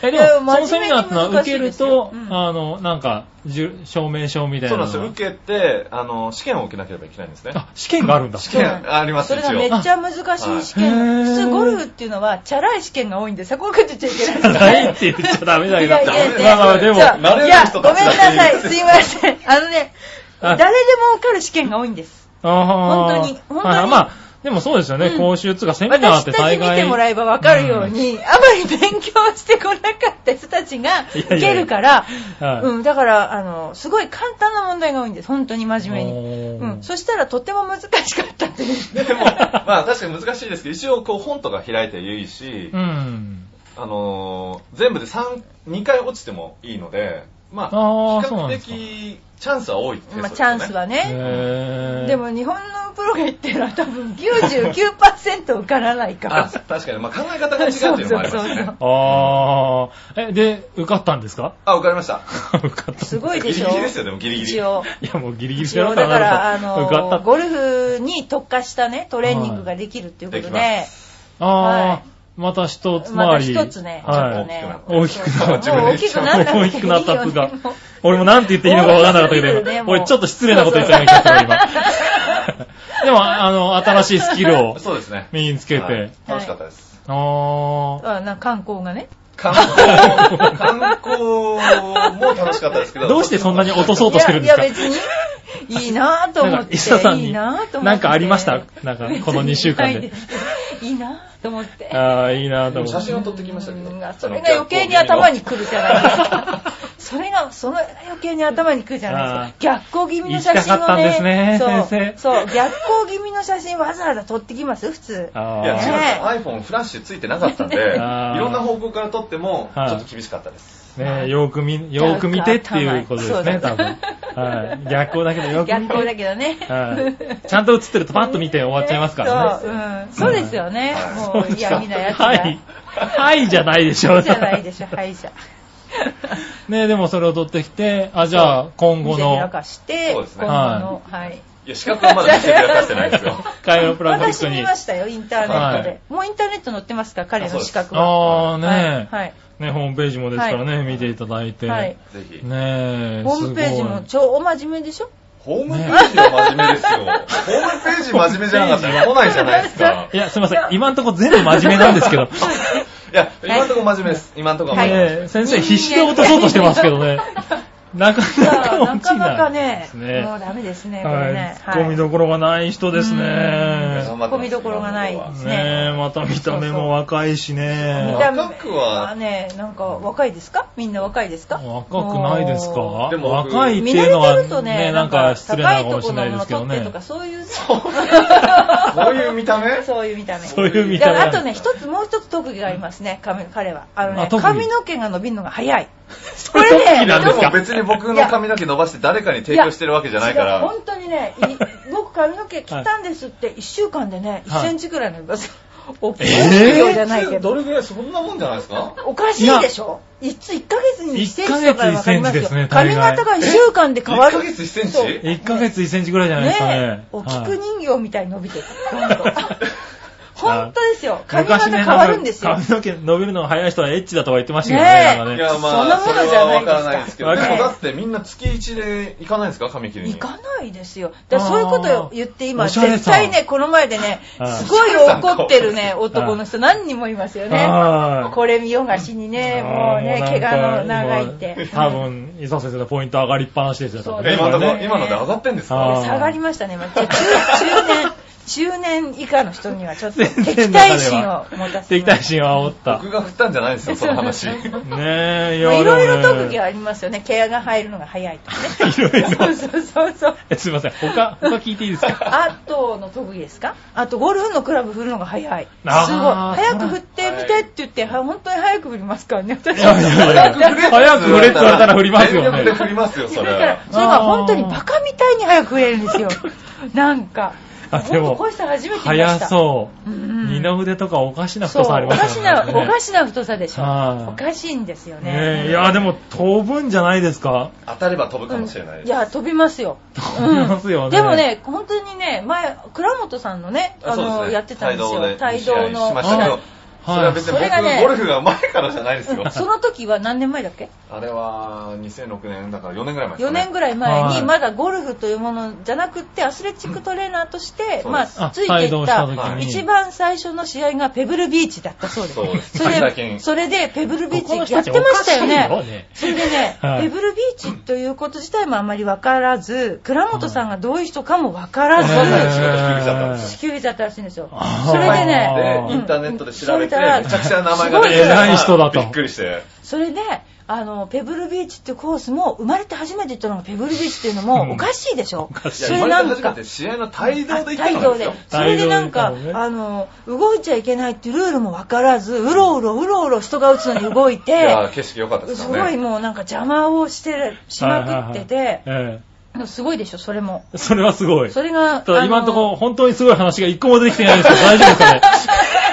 Speaker 2: え、で
Speaker 1: いや
Speaker 2: も、そ
Speaker 1: 真面目に
Speaker 2: のセミナーってのは受け
Speaker 1: 難しいで
Speaker 2: ると、
Speaker 1: すようん
Speaker 2: あの、なんか、じゅ証明書みたい
Speaker 3: そ
Speaker 2: な
Speaker 3: う
Speaker 2: の
Speaker 3: なん
Speaker 2: が。
Speaker 3: ですよ。受けて、あの、試験を受けなければいけないんですね。
Speaker 2: あ、試験があるんだ。
Speaker 3: 試験あります、
Speaker 1: それ
Speaker 3: 一
Speaker 1: がめっ
Speaker 3: 応。
Speaker 1: ちゃ難しい試験。
Speaker 2: はい
Speaker 1: 普通ゴルフっていうのは、チャラい試験が多いんで、そこはくじっちゃいけないんですよ
Speaker 2: ないって言っちゃダメだけど。
Speaker 1: いやいやいや
Speaker 2: まあまあ、でも
Speaker 1: じ、ゃあ
Speaker 3: 慣れ
Speaker 1: いや
Speaker 3: ない人たちだけ
Speaker 1: ごめんなさい、すいません。あのね、
Speaker 2: あ
Speaker 1: 誰でも受かる試験が多いんです。本当に
Speaker 2: あー
Speaker 1: 本当に
Speaker 2: はいまあ、でもそうですよね、
Speaker 1: うん
Speaker 2: 講習つうかセミナーっ
Speaker 1: 私
Speaker 2: て
Speaker 1: たち
Speaker 2: 大
Speaker 1: 見
Speaker 2: 概。
Speaker 1: てもらえば分かるように、あまり勉強してこなかった人たちが
Speaker 2: いやいや
Speaker 1: 受けるから、
Speaker 2: はい
Speaker 1: うん、だから、あの、すごい簡単な問題が多いんです、本当に真面目に。
Speaker 2: お
Speaker 1: う
Speaker 2: ー
Speaker 1: ん、そしたらとても難しかったっていう。
Speaker 3: でも、まあ確かに難しいですけど、一応こう本とか開いていいし、
Speaker 2: うん。
Speaker 3: あのー全部で3、2回落ちてもいいので、まあ、比
Speaker 2: あーそうな
Speaker 3: 較
Speaker 2: んですか
Speaker 3: 的チャンスは多いですよ
Speaker 1: まあ、チャンスはね。
Speaker 2: へー
Speaker 1: で、も日本のプロが言ってるのは多分99%受からないか
Speaker 3: あ
Speaker 1: ら。
Speaker 3: 確かに、まあ、考え方が違うっていうのもあります
Speaker 1: そうそうそ
Speaker 3: ね
Speaker 1: う。
Speaker 2: ああ、え、で、受かったんですか
Speaker 3: あ、受かりました。
Speaker 2: 受かった。
Speaker 1: すごいでしょ
Speaker 3: ギリギリですよでもギリギリ
Speaker 1: 一応。
Speaker 2: いや、もうギリギリ
Speaker 1: 一応だから、あの
Speaker 2: 受かった。
Speaker 1: ゴルフに特化したね、トレーニングができるっていうことで、
Speaker 3: はいでき
Speaker 2: ああ、
Speaker 1: はい
Speaker 2: また一つ
Speaker 1: また
Speaker 2: 回り。
Speaker 1: 一つね、ちょっと
Speaker 2: はい。
Speaker 1: ね、
Speaker 2: 大きくなっ た。
Speaker 1: もう大きくなった
Speaker 2: 大きくなった
Speaker 1: い
Speaker 2: つ
Speaker 1: いうよ
Speaker 2: か
Speaker 1: ねもう。
Speaker 2: 俺もなんて言っていいのかわからなかったけど、
Speaker 1: 大きくなる ね
Speaker 2: 今
Speaker 1: もう
Speaker 2: 俺ちょっと失礼なこと言ったような気がした今。 でも、あの、新しいスキルを
Speaker 3: そうですね。
Speaker 2: 身につけ
Speaker 3: は
Speaker 2: て
Speaker 3: い。楽しかったです。
Speaker 2: ああ。
Speaker 1: あな観光がね。
Speaker 3: 観光、観光も楽しかったですけど。
Speaker 2: どうしてそんなに落とそう
Speaker 1: い
Speaker 2: としてる
Speaker 1: や、
Speaker 2: ん
Speaker 1: い
Speaker 2: です
Speaker 1: や
Speaker 2: か
Speaker 1: 別に、いいなぁと思
Speaker 2: なん
Speaker 1: っ
Speaker 2: か、
Speaker 1: て。
Speaker 2: 石田さん
Speaker 1: い
Speaker 2: に、
Speaker 1: いなぁと思って。
Speaker 2: なんかありましたなんか、この2週間
Speaker 1: ない
Speaker 2: で。
Speaker 1: す。いいなぁと思って。
Speaker 2: ああ、いいなと思
Speaker 3: 写
Speaker 2: って。
Speaker 3: 真を撮ってきましたけど
Speaker 1: うん。それが余計に頭に来るじゃないですか。それが、その余計に頭に来るじゃないですか。逆光気味の写真をね。
Speaker 2: 行きたかったんですね
Speaker 1: そう
Speaker 2: 先生
Speaker 1: そう、逆光気味の写真わざわざ撮ってきます普通。
Speaker 2: あ
Speaker 3: い
Speaker 2: あ、
Speaker 3: や、違うんですよ。iPhone フラッシュついてなかったんで、い
Speaker 2: あー
Speaker 3: ろんな方向から撮っても、ち
Speaker 2: はい
Speaker 3: ょっと厳しかったです。
Speaker 2: ねえ、よーく見、よーく見てっていうことですね、
Speaker 1: そ
Speaker 2: 多
Speaker 1: うだ
Speaker 2: 分。はい。逆光だけどよく
Speaker 1: 逆
Speaker 2: 見
Speaker 1: 光
Speaker 2: て。
Speaker 1: だけどね。
Speaker 2: はい。ちゃんと映ってるとパッと見て終わっちゃいますからね。
Speaker 1: ね。そう、うん。そうですよね。もう、いや、みんなやつが。
Speaker 2: はい。はいじゃないでしょ。
Speaker 1: じゃないでしょ、はい じゃ。
Speaker 2: ねえ、でもそれを取ってきて、あ、じゃあ、今後
Speaker 1: 見せびら
Speaker 2: の
Speaker 1: かして、
Speaker 3: そうですね
Speaker 1: 今後の、はい。
Speaker 3: いや、資格はまだ見せてやかしてないで すよ。
Speaker 2: カイロプラクティッ
Speaker 1: 私
Speaker 2: ク
Speaker 1: 見
Speaker 2: に。
Speaker 1: ましたよ、インターネット
Speaker 2: は
Speaker 1: で。もうインターネット載ってますから、彼の資格は。
Speaker 2: ああ、
Speaker 1: はい
Speaker 2: ね
Speaker 1: はい。
Speaker 2: え。ね、ホームページもですからね、見ていただいて。
Speaker 1: はい
Speaker 2: ね。
Speaker 3: ぜひ。
Speaker 2: え。
Speaker 1: ホームページも超真面目で しょ
Speaker 3: ホームページは真面目ですよ。ホームページ真面目じゃなかったら来ないじゃないですか
Speaker 2: い。や、すいません。今んとこ全部真面目なんです けど。
Speaker 3: いや、今んとこ真面目です。今んとこ真面目です。
Speaker 2: ねえ先生必死で落とそうとしてますけどね。なかなか
Speaker 1: な
Speaker 2: 落
Speaker 1: か
Speaker 2: ち
Speaker 1: な
Speaker 2: な
Speaker 1: か
Speaker 2: い
Speaker 1: ね
Speaker 2: です、
Speaker 1: もう
Speaker 2: ね。
Speaker 1: ダメですね、これ
Speaker 2: はい
Speaker 1: ね。。
Speaker 2: ツッコミどころがない人ですね。
Speaker 3: 頑張ってます
Speaker 1: 込みどころがないです
Speaker 2: ね
Speaker 1: ね。
Speaker 2: え、また見た目も若いしね。
Speaker 1: 見た目
Speaker 3: 若くは
Speaker 1: まあね、なんか若いですかみんな若いですか
Speaker 2: 若くないですか
Speaker 1: もう
Speaker 3: でも僕
Speaker 2: 若いって
Speaker 1: 見
Speaker 2: い
Speaker 1: 慣
Speaker 2: うのは
Speaker 1: れてるとね、
Speaker 2: ね、なんか失礼なのかもしれないですけど
Speaker 1: 高いところのもの取ってと
Speaker 2: ね。
Speaker 1: かそういうね、
Speaker 3: そういう見た目
Speaker 1: そういう見た目。
Speaker 2: そういう見た目
Speaker 1: だからあとね、一つ、もう一つ特技がありますね、髪彼は。あの
Speaker 2: あ
Speaker 1: ね、
Speaker 2: 特技
Speaker 1: 髪の毛が伸びるのが早い。
Speaker 2: それ特技なん
Speaker 3: で
Speaker 2: です
Speaker 3: も
Speaker 2: か
Speaker 3: 別に僕の髪の毛伸ばして誰かに提供してるわけじゃないか
Speaker 1: 違う
Speaker 3: ら、
Speaker 1: 本当にね、い僕髪の毛切ったんですって、1週間でね、1
Speaker 2: はい
Speaker 1: センチぐらい伸びます。大きい
Speaker 2: え
Speaker 1: 量じゃないけ
Speaker 3: ど
Speaker 1: ど。
Speaker 3: れぐらいそんなもんじゃないですか
Speaker 1: おかしいでしょいつ1ヶ月に1センチとかわかります
Speaker 2: 一ヶ月一センチで
Speaker 1: よ
Speaker 2: すね。大
Speaker 1: 髪
Speaker 2: 概
Speaker 1: 型が1週間で変わる。
Speaker 3: 1ヶ月1セン
Speaker 1: そう
Speaker 3: チ
Speaker 2: 1ヶ月1センチぐらいじゃないですか
Speaker 1: ね
Speaker 2: ね
Speaker 1: え。、お菊
Speaker 2: はい
Speaker 1: 人形みたいに伸び てる。どんどん本当ですよ。髪型
Speaker 2: 昔ね
Speaker 1: 変わるんですよ。
Speaker 2: なんか髪の毛伸びるのが早い人はエッチだとか言ってましたけど
Speaker 1: ねえ
Speaker 2: ね。なんか
Speaker 3: い
Speaker 2: ね
Speaker 3: やまあ、
Speaker 1: そ
Speaker 3: そ
Speaker 1: んなも
Speaker 3: れ
Speaker 1: のじゃ
Speaker 3: は
Speaker 1: ないで
Speaker 3: わ
Speaker 1: すか
Speaker 3: からないですけど、
Speaker 2: わ
Speaker 3: で
Speaker 2: かん
Speaker 1: ない
Speaker 3: もだってみんな月1で行かないですか髪切りに。
Speaker 1: 行かないですよ。だからそういうことを言って今、
Speaker 2: おしゃれさん
Speaker 1: 絶対ね、この前でね、
Speaker 2: はい
Speaker 1: すごい怒ってるね、男の人何人もいますよね。
Speaker 2: はい
Speaker 1: これ見よがしにね、もうね、
Speaker 2: あー
Speaker 1: 毛がの
Speaker 2: なん
Speaker 1: 長
Speaker 2: か
Speaker 1: いって。
Speaker 2: 多分、磯先生のポイント上がりっぱなしですよ、多
Speaker 1: そう
Speaker 2: 分
Speaker 1: で
Speaker 3: え
Speaker 2: ね。
Speaker 1: す
Speaker 3: 今の
Speaker 2: これ
Speaker 3: とこ
Speaker 2: ね
Speaker 1: ね
Speaker 3: 今ので上がってんです
Speaker 2: あ
Speaker 3: か
Speaker 2: ー
Speaker 1: 下がりましたね、まあ、中中 年、中年以下の人にはちょっと
Speaker 2: 全然
Speaker 1: 敵対心を持たせ
Speaker 2: 敵対心を煽 った。
Speaker 3: 僕が振ったんじゃないですよ、その話。
Speaker 2: ねえ、
Speaker 1: まあいろいろ特技
Speaker 2: は。
Speaker 1: ありますよね。毛が入るのが早いとかね。
Speaker 2: い ろいろ
Speaker 1: そうそうそうそう。
Speaker 2: え すいません。他、他聞いていいですか
Speaker 1: あとの特技ですかあとゴルフのクラブ振るのが早い。すごい。
Speaker 2: あー
Speaker 1: 早く振ってみてって言って、は本当に早く振りますからね、私
Speaker 2: いやいやいや
Speaker 1: だから
Speaker 2: 早く振れって言われたら振りますよね
Speaker 3: 全力で振りますよ、それ
Speaker 1: だから
Speaker 3: は。
Speaker 1: それが本当にバカみたいに早く振れるんですよ。なんか。
Speaker 2: あでも
Speaker 1: 本当こうした初めて見ました。
Speaker 2: 早そう。
Speaker 1: うん
Speaker 2: 二の腕とかおかしな
Speaker 1: そう
Speaker 2: 太さあり
Speaker 1: お
Speaker 2: ま
Speaker 1: か
Speaker 2: す
Speaker 1: し
Speaker 2: よ
Speaker 1: な、
Speaker 2: ね。
Speaker 1: おかしな太さでしょ。
Speaker 2: はい
Speaker 1: おかしいんですよ
Speaker 2: ね
Speaker 1: ね。
Speaker 2: えいや、でも飛ぶんじゃないですか
Speaker 3: 当たれば飛ぶかもしれない
Speaker 1: い
Speaker 3: です。
Speaker 1: や、飛びますよ。
Speaker 2: 飛びますよね
Speaker 1: うんでもね、本当にね、前、倉本さんのね、あ
Speaker 3: あそうです
Speaker 1: の、
Speaker 3: ね
Speaker 1: やってたんですよ。
Speaker 3: 帯同で
Speaker 1: 帯同の。
Speaker 3: 試合しましたけど
Speaker 2: はい
Speaker 3: それは別に
Speaker 1: それがね
Speaker 3: 僕、ゴルフが前からじゃないですよ。
Speaker 1: その時は何年前だっけ
Speaker 3: あれは2006年、だから4年ぐらい前です
Speaker 1: 4
Speaker 3: かね。
Speaker 1: 年ぐらい前
Speaker 2: は
Speaker 1: に
Speaker 2: い
Speaker 1: まだゴルフというものじゃなくってアスレチックトレーナーとして、
Speaker 3: うん
Speaker 1: ま
Speaker 3: そう
Speaker 1: あ、
Speaker 2: あ
Speaker 1: ついていっ
Speaker 2: 帯同した
Speaker 1: た
Speaker 2: 時
Speaker 3: に
Speaker 1: 一番最初の試合がペブルビーチだったそうです
Speaker 3: そうです
Speaker 1: それ
Speaker 3: 最
Speaker 1: で
Speaker 3: 近
Speaker 1: それでペブルビ
Speaker 2: ここ
Speaker 1: ー
Speaker 2: の
Speaker 1: チ
Speaker 2: 人
Speaker 1: や
Speaker 2: た
Speaker 1: っ
Speaker 2: ち
Speaker 1: てましたよ
Speaker 2: おかしい
Speaker 1: ね
Speaker 2: よね。
Speaker 1: それでね、
Speaker 2: はい
Speaker 1: ペブルビーチということ自体もあまり分からず倉本さんがどういう人かも分からず、
Speaker 3: そんなに仕事引き受けちゃったんで
Speaker 1: 地球儀だったらしいんですよ
Speaker 2: あ。ー
Speaker 1: それでね、
Speaker 2: あー
Speaker 3: で、インターネットで調べて、
Speaker 1: うん
Speaker 3: めちゃくちゃ名前が出て
Speaker 1: すごい偉
Speaker 2: い人だと
Speaker 3: びっくりして。
Speaker 1: それで、あの、ペブルビーチっていうコースも、生まれて初めて行ったのがペブルビーチっていうの
Speaker 2: うん
Speaker 1: も、おかしいでしょ、
Speaker 3: いや、
Speaker 1: そ
Speaker 3: 生
Speaker 1: れ
Speaker 3: まれ
Speaker 1: な
Speaker 3: て
Speaker 1: ん
Speaker 3: 初め
Speaker 1: か
Speaker 3: て、試合の帯同で行った
Speaker 1: 態
Speaker 3: ん
Speaker 1: 度
Speaker 3: です
Speaker 1: で
Speaker 3: よ。。
Speaker 1: それでなんか、
Speaker 2: 帯同で行ったのね
Speaker 1: あの、動いちゃいけないっていうルールもわからず、うろうろ、うろうろ人が打つのに動い
Speaker 3: いや、
Speaker 1: て、
Speaker 3: 景色良かったです
Speaker 1: す
Speaker 3: よ
Speaker 1: ごい
Speaker 3: ね。
Speaker 1: もうなんか邪魔をして、しまくって
Speaker 2: はい
Speaker 1: て、
Speaker 2: はいはいえ
Speaker 1: すごいでしょ、それも。
Speaker 2: えそれはすごい。
Speaker 1: それが、
Speaker 2: ただ
Speaker 1: あ
Speaker 2: 今のところ本当にすごい話が一個も出てきてないんですけど、大丈夫ですかね。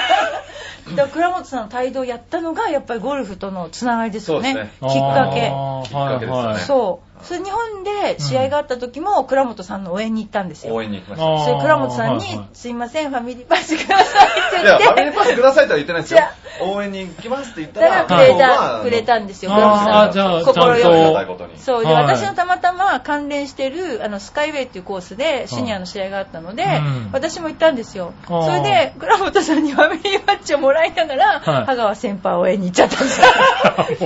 Speaker 1: だから倉本さんの態度をやったのが、やっぱりゴルフとのつながりですよね。
Speaker 3: そうです
Speaker 1: きっかけ。
Speaker 2: あー
Speaker 3: きっかけですよね
Speaker 2: はいはい
Speaker 1: そう。それ日本で試合があった時も、倉本さんの応援に行ったんですよ。
Speaker 3: 応援に行きました。
Speaker 1: それ倉本さんに、
Speaker 2: あーはいはい
Speaker 1: すいません、ファミリーパスくださいっ
Speaker 3: い
Speaker 1: て言
Speaker 3: や、
Speaker 1: って、
Speaker 3: ファミリーパスくださいとは言ってないですよ
Speaker 1: じゃ。
Speaker 3: 応援に行きますって言った
Speaker 1: だからく
Speaker 3: ら、
Speaker 1: れた、
Speaker 3: まあ
Speaker 1: くれたんですよ、
Speaker 2: あー
Speaker 1: 倉本さん
Speaker 2: あーじゃあ
Speaker 1: 心
Speaker 2: ちゃんと
Speaker 1: よ
Speaker 3: ありがたいことに
Speaker 1: く。そうで、
Speaker 2: はい
Speaker 1: 私のたまたま関連してる、あの、スカイウェイっていうコースで、シニアの試合があったので、
Speaker 2: うん
Speaker 1: 私も行ったんですよ。
Speaker 2: あー
Speaker 1: それで、倉本さんにファミリーマッチをもらいながら、
Speaker 2: はい
Speaker 1: 羽川先輩を応援に行っちゃったんです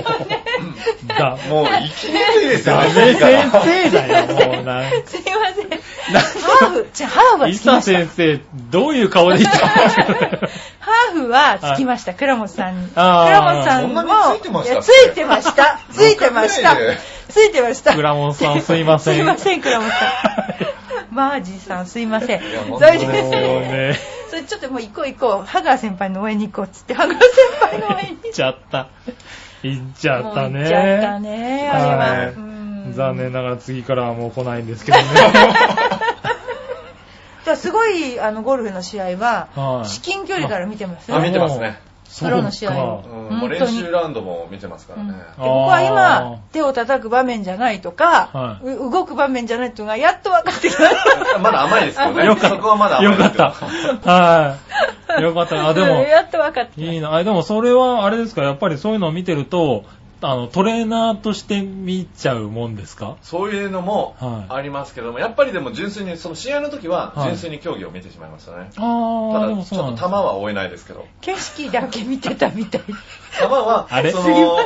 Speaker 1: そうね
Speaker 2: だ、
Speaker 3: もう、いきなりですよ
Speaker 2: ダ
Speaker 3: ね。
Speaker 2: メ先
Speaker 3: から
Speaker 2: 生だよ、もうなんか
Speaker 1: すいません。ハーフ、じゃあハーフは
Speaker 2: 伊
Speaker 1: つきま
Speaker 2: 佐
Speaker 1: した。
Speaker 2: 先生、どういう顔で言ったの
Speaker 1: ハーフはつきました、倉本さんに。
Speaker 2: あー
Speaker 1: 倉本さん
Speaker 3: そんなについて
Speaker 1: も、
Speaker 3: ました
Speaker 1: ついてました。ついてました
Speaker 3: 僕ぐらいで。
Speaker 1: ついてました。
Speaker 2: 倉本さんすいません
Speaker 1: すいません、倉本さ ん。マージーさん、すいません。
Speaker 3: いや
Speaker 1: そ
Speaker 3: 本
Speaker 1: れ
Speaker 3: 当
Speaker 1: で
Speaker 3: に
Speaker 2: もうね、
Speaker 1: それちょっともう行こう行こう。ハガー先輩の応援に行こうっつって、ハガー先輩の応援に
Speaker 2: 行っちゃった。行っちゃった
Speaker 1: もう行っちゃった
Speaker 2: ね。
Speaker 1: ね、あれ
Speaker 2: は
Speaker 1: は。
Speaker 2: い
Speaker 1: うん
Speaker 2: 残念ながら次からはもう来ないんで すけどね。
Speaker 1: だからすごい、あの、ゴルフの試合は
Speaker 2: は、い
Speaker 1: 至近距離から見てます
Speaker 3: あ、見
Speaker 1: ね。
Speaker 3: てますね。
Speaker 1: プロの試合を
Speaker 2: そ
Speaker 3: うん
Speaker 2: うか
Speaker 3: もう練
Speaker 1: 本当
Speaker 3: 習
Speaker 1: に
Speaker 3: ラウンドも見てますからね。
Speaker 1: で僕は
Speaker 2: あ
Speaker 1: 今、手を叩く場面じゃないとか
Speaker 2: は、いう
Speaker 1: 動く場面じゃないとか、やっと分かってきた。、
Speaker 3: まだ甘いですけどね。
Speaker 2: よかった。
Speaker 3: そこはまだ甘い
Speaker 2: よか
Speaker 3: です
Speaker 2: っ
Speaker 3: けど
Speaker 2: た。はい。よかった。あ、でも
Speaker 1: やっと分かった。
Speaker 2: いいな。あ、でもそれはあれですか、やっぱりそういうのを見てると、あの、トレーナーとして見ちゃうもんですか
Speaker 3: そういうのも
Speaker 2: はい
Speaker 3: ありますけども、やっぱりでも純粋に、その試合の時は
Speaker 2: はい
Speaker 3: 純粋に競技を見てしまいましたね。
Speaker 2: あ
Speaker 3: た
Speaker 2: あ、で
Speaker 3: だ、
Speaker 2: も
Speaker 3: ち
Speaker 2: そ
Speaker 3: ょ
Speaker 2: うなん
Speaker 3: っ
Speaker 2: で
Speaker 3: と
Speaker 2: す
Speaker 3: 球は追えないですけど。
Speaker 1: 景色だけ見てたみたい。
Speaker 3: 球は、
Speaker 2: あれ
Speaker 3: そ
Speaker 2: すい
Speaker 3: の、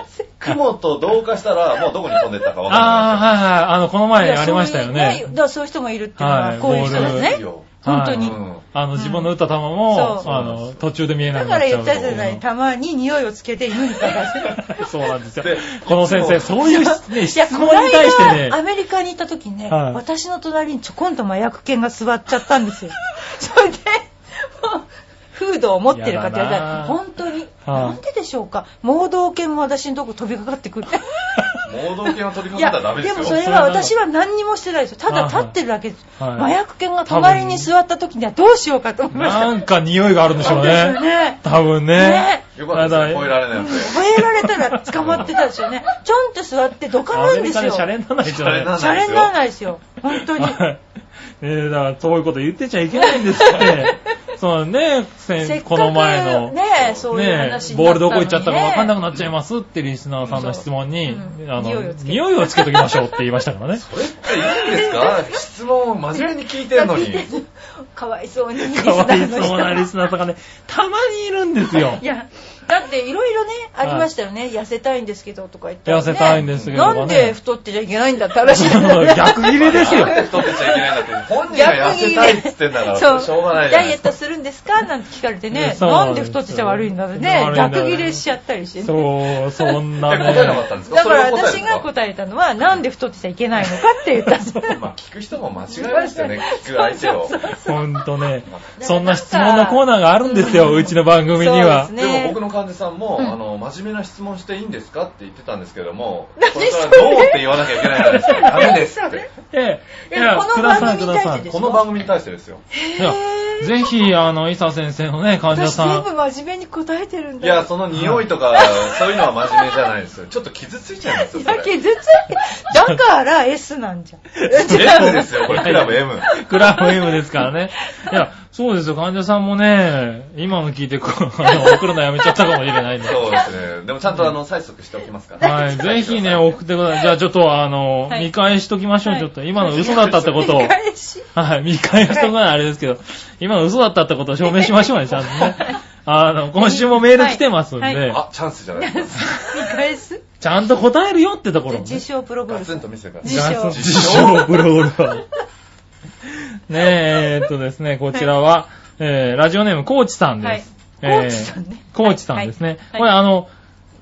Speaker 3: 雲と同化したら、もうどこに飛んでったかわからない。
Speaker 2: ああ、はいはい。あの、この前ありましたよ
Speaker 1: いやそういう
Speaker 2: ね
Speaker 1: だ。からそういう人もいるっていうのは、
Speaker 2: はい
Speaker 1: こういう人です
Speaker 3: です
Speaker 1: ね。
Speaker 3: よ。
Speaker 1: 本当に。
Speaker 2: は
Speaker 3: うん
Speaker 2: あの、自分の打った球
Speaker 1: そう
Speaker 2: も、あの、途中で見え
Speaker 1: だ
Speaker 2: なくな
Speaker 1: から
Speaker 2: っちゃ
Speaker 1: 言
Speaker 2: う
Speaker 1: っ
Speaker 2: と
Speaker 1: た
Speaker 2: か
Speaker 1: じゃない、たまに匂いをつけて犬に探す。
Speaker 2: そうなんですよ
Speaker 3: で。
Speaker 2: この先
Speaker 3: い
Speaker 2: 生、
Speaker 3: つ
Speaker 2: そういうしね質問に
Speaker 1: こ
Speaker 2: 対し
Speaker 1: の
Speaker 2: てね
Speaker 1: 間、ア、メリカにいた時にね、
Speaker 2: はい
Speaker 1: 私の隣にちょこんと麻薬犬が座っちゃったん ですよ。それで、もう、フードを持ってるかって言われた
Speaker 2: やだ
Speaker 1: ら、
Speaker 2: な
Speaker 1: 本当に、
Speaker 2: はい
Speaker 1: なんででしょうか、盲導犬も私のとこ飛びかかって くる。
Speaker 3: 盲導犬を取
Speaker 1: い
Speaker 3: り囲ん
Speaker 1: や
Speaker 3: だらダメで
Speaker 1: ですも
Speaker 3: よ。
Speaker 1: それは私は何にもしてないですよ。ただ立ってるだけです。
Speaker 2: はい
Speaker 1: 麻薬犬が隣に座った時にはどうしようかと思いました。
Speaker 2: なんか匂いがあるんでしょ
Speaker 1: そ
Speaker 2: う
Speaker 1: うですよ
Speaker 2: ね。
Speaker 1: ね。
Speaker 2: 多分ね。
Speaker 3: よかったですね、吠えられないので。
Speaker 1: 吠えられたら捕まってたでしょうね。ちょんって座ってどか
Speaker 2: ア
Speaker 1: む
Speaker 2: メ
Speaker 1: んで
Speaker 2: リ
Speaker 1: す
Speaker 2: カで
Speaker 1: よ。
Speaker 2: シャレにならないですよ
Speaker 3: シャ
Speaker 1: シャレ
Speaker 2: ね。
Speaker 3: レにならない
Speaker 1: にならないですよ。本当に。
Speaker 2: はい ねえ、だからそういうこと言ってちゃいけないんですって。 そのね、
Speaker 1: せ
Speaker 2: 先
Speaker 1: っかく
Speaker 2: この前の。
Speaker 1: ねえ、そういう話に
Speaker 2: ボ
Speaker 1: なったのにね
Speaker 2: ールどこ行っちゃったか分かんなくなっちゃいますってリスナーさんの質問に、
Speaker 1: うん
Speaker 2: あの
Speaker 1: 匂いをつけて
Speaker 2: 匂いをつけときましょうって言いましたか らね。
Speaker 3: それっていいんですか質問を真面目に聞いてるのに。
Speaker 1: かわいそうに、リス
Speaker 2: か
Speaker 1: ナ
Speaker 2: わ
Speaker 1: ー
Speaker 2: い
Speaker 1: の
Speaker 2: そうなリ
Speaker 1: 人。
Speaker 2: スナーさんがね、たまにいるんですよ
Speaker 1: い。や、だっていろいろね、ありましたよね。痩せたいんですけどとか言って、ね。
Speaker 2: 痩せたいんですけどとかね
Speaker 1: なんで太ってちゃいけないんだって話だよね
Speaker 2: 逆切れですよ。
Speaker 3: 太ってちゃいけないんだって。本人が痩せたいって言ってんだから、しょうがないじゃ
Speaker 1: ダ
Speaker 3: ない
Speaker 1: イエッ
Speaker 3: です
Speaker 1: ト
Speaker 3: か。
Speaker 1: するんですかなんて聞かれてね
Speaker 2: ね。そう
Speaker 1: なんで太ってちゃ悪いんだってね
Speaker 2: 悪い。んだよね
Speaker 1: 逆切れしちゃったりしてね。
Speaker 2: そう、そんな
Speaker 3: え答えなかった
Speaker 2: ね。
Speaker 3: んですか
Speaker 1: だから
Speaker 3: それは答え
Speaker 1: 私
Speaker 3: な
Speaker 1: が
Speaker 3: んですか
Speaker 1: 答えたのは、なんで太ってちゃいけないのかって言っ たんです。
Speaker 3: まあ聞く人も間違えますよね、聞く相手を。
Speaker 2: ほんとね。そんな質問のコーナーがあるんですよ、うちの番組には
Speaker 1: そ。う
Speaker 3: でも僕の患者さんも、あの、真面目な質問していいんですかって言ってたんですけども、これからどうって言わなきゃいけないからですよ。ダメですって。
Speaker 2: ええ、
Speaker 1: で
Speaker 2: い
Speaker 1: も
Speaker 2: や、
Speaker 1: こ
Speaker 2: く
Speaker 1: の
Speaker 2: だ
Speaker 1: 番
Speaker 2: さ
Speaker 1: 組
Speaker 2: い、く
Speaker 1: に
Speaker 2: だ
Speaker 1: 対して
Speaker 2: さ
Speaker 1: です。
Speaker 2: い
Speaker 3: この番組に対してですよ。
Speaker 2: いやぜひ、あの、伊佐先生のね、患者
Speaker 1: 私
Speaker 2: さ
Speaker 1: 全
Speaker 2: ん
Speaker 1: 部。真面目に答えてるん
Speaker 3: い
Speaker 1: だよ
Speaker 3: や、その匂いとか、そういうのは真面目じゃないですよ。ちょっと傷ついちゃいますよ、
Speaker 1: い
Speaker 3: そ
Speaker 1: や、
Speaker 3: れ。
Speaker 1: 傷ついて、だから S なんじゃん。
Speaker 3: S ですよ、これ、クラブ M。
Speaker 2: クラブ M ですからね。いや、そうですよ、患者さんもね、今の聞いてこう、あの送るのやめちゃったかもしれないんで。
Speaker 3: そうですね。でもちゃんとあの、催促しておきますから。
Speaker 2: はい、ぜひね、送ってください。じゃあちょっとあの、
Speaker 1: はい
Speaker 2: 見返しときましょう、
Speaker 1: はい
Speaker 2: ちょっと。今の嘘だったってことを。
Speaker 1: 見返し
Speaker 2: はい、見返しとかないあれですけど、今の嘘だったってことを証明しましょ うね、ちゃんとね。あの、今週もメール来てますん
Speaker 1: はいは
Speaker 2: で、
Speaker 3: あ、チャンスじゃないですか。
Speaker 1: 見返す
Speaker 2: ちゃんと答えるよってところもね。
Speaker 1: 自称プロゴ
Speaker 3: ガ
Speaker 1: ルフ
Speaker 3: ツ
Speaker 1: ァ
Speaker 3: ン
Speaker 1: ー。
Speaker 3: と見せてくだ
Speaker 1: 自
Speaker 3: さい。
Speaker 1: 称
Speaker 2: 自称プロゴルファー。ねえ、えーっとですね、こちらは、えー、ラジオネーム、コーチさんです。
Speaker 1: はい
Speaker 2: えー
Speaker 1: コーチさんね
Speaker 2: コーチさんですね。
Speaker 1: はい
Speaker 2: これ、あの、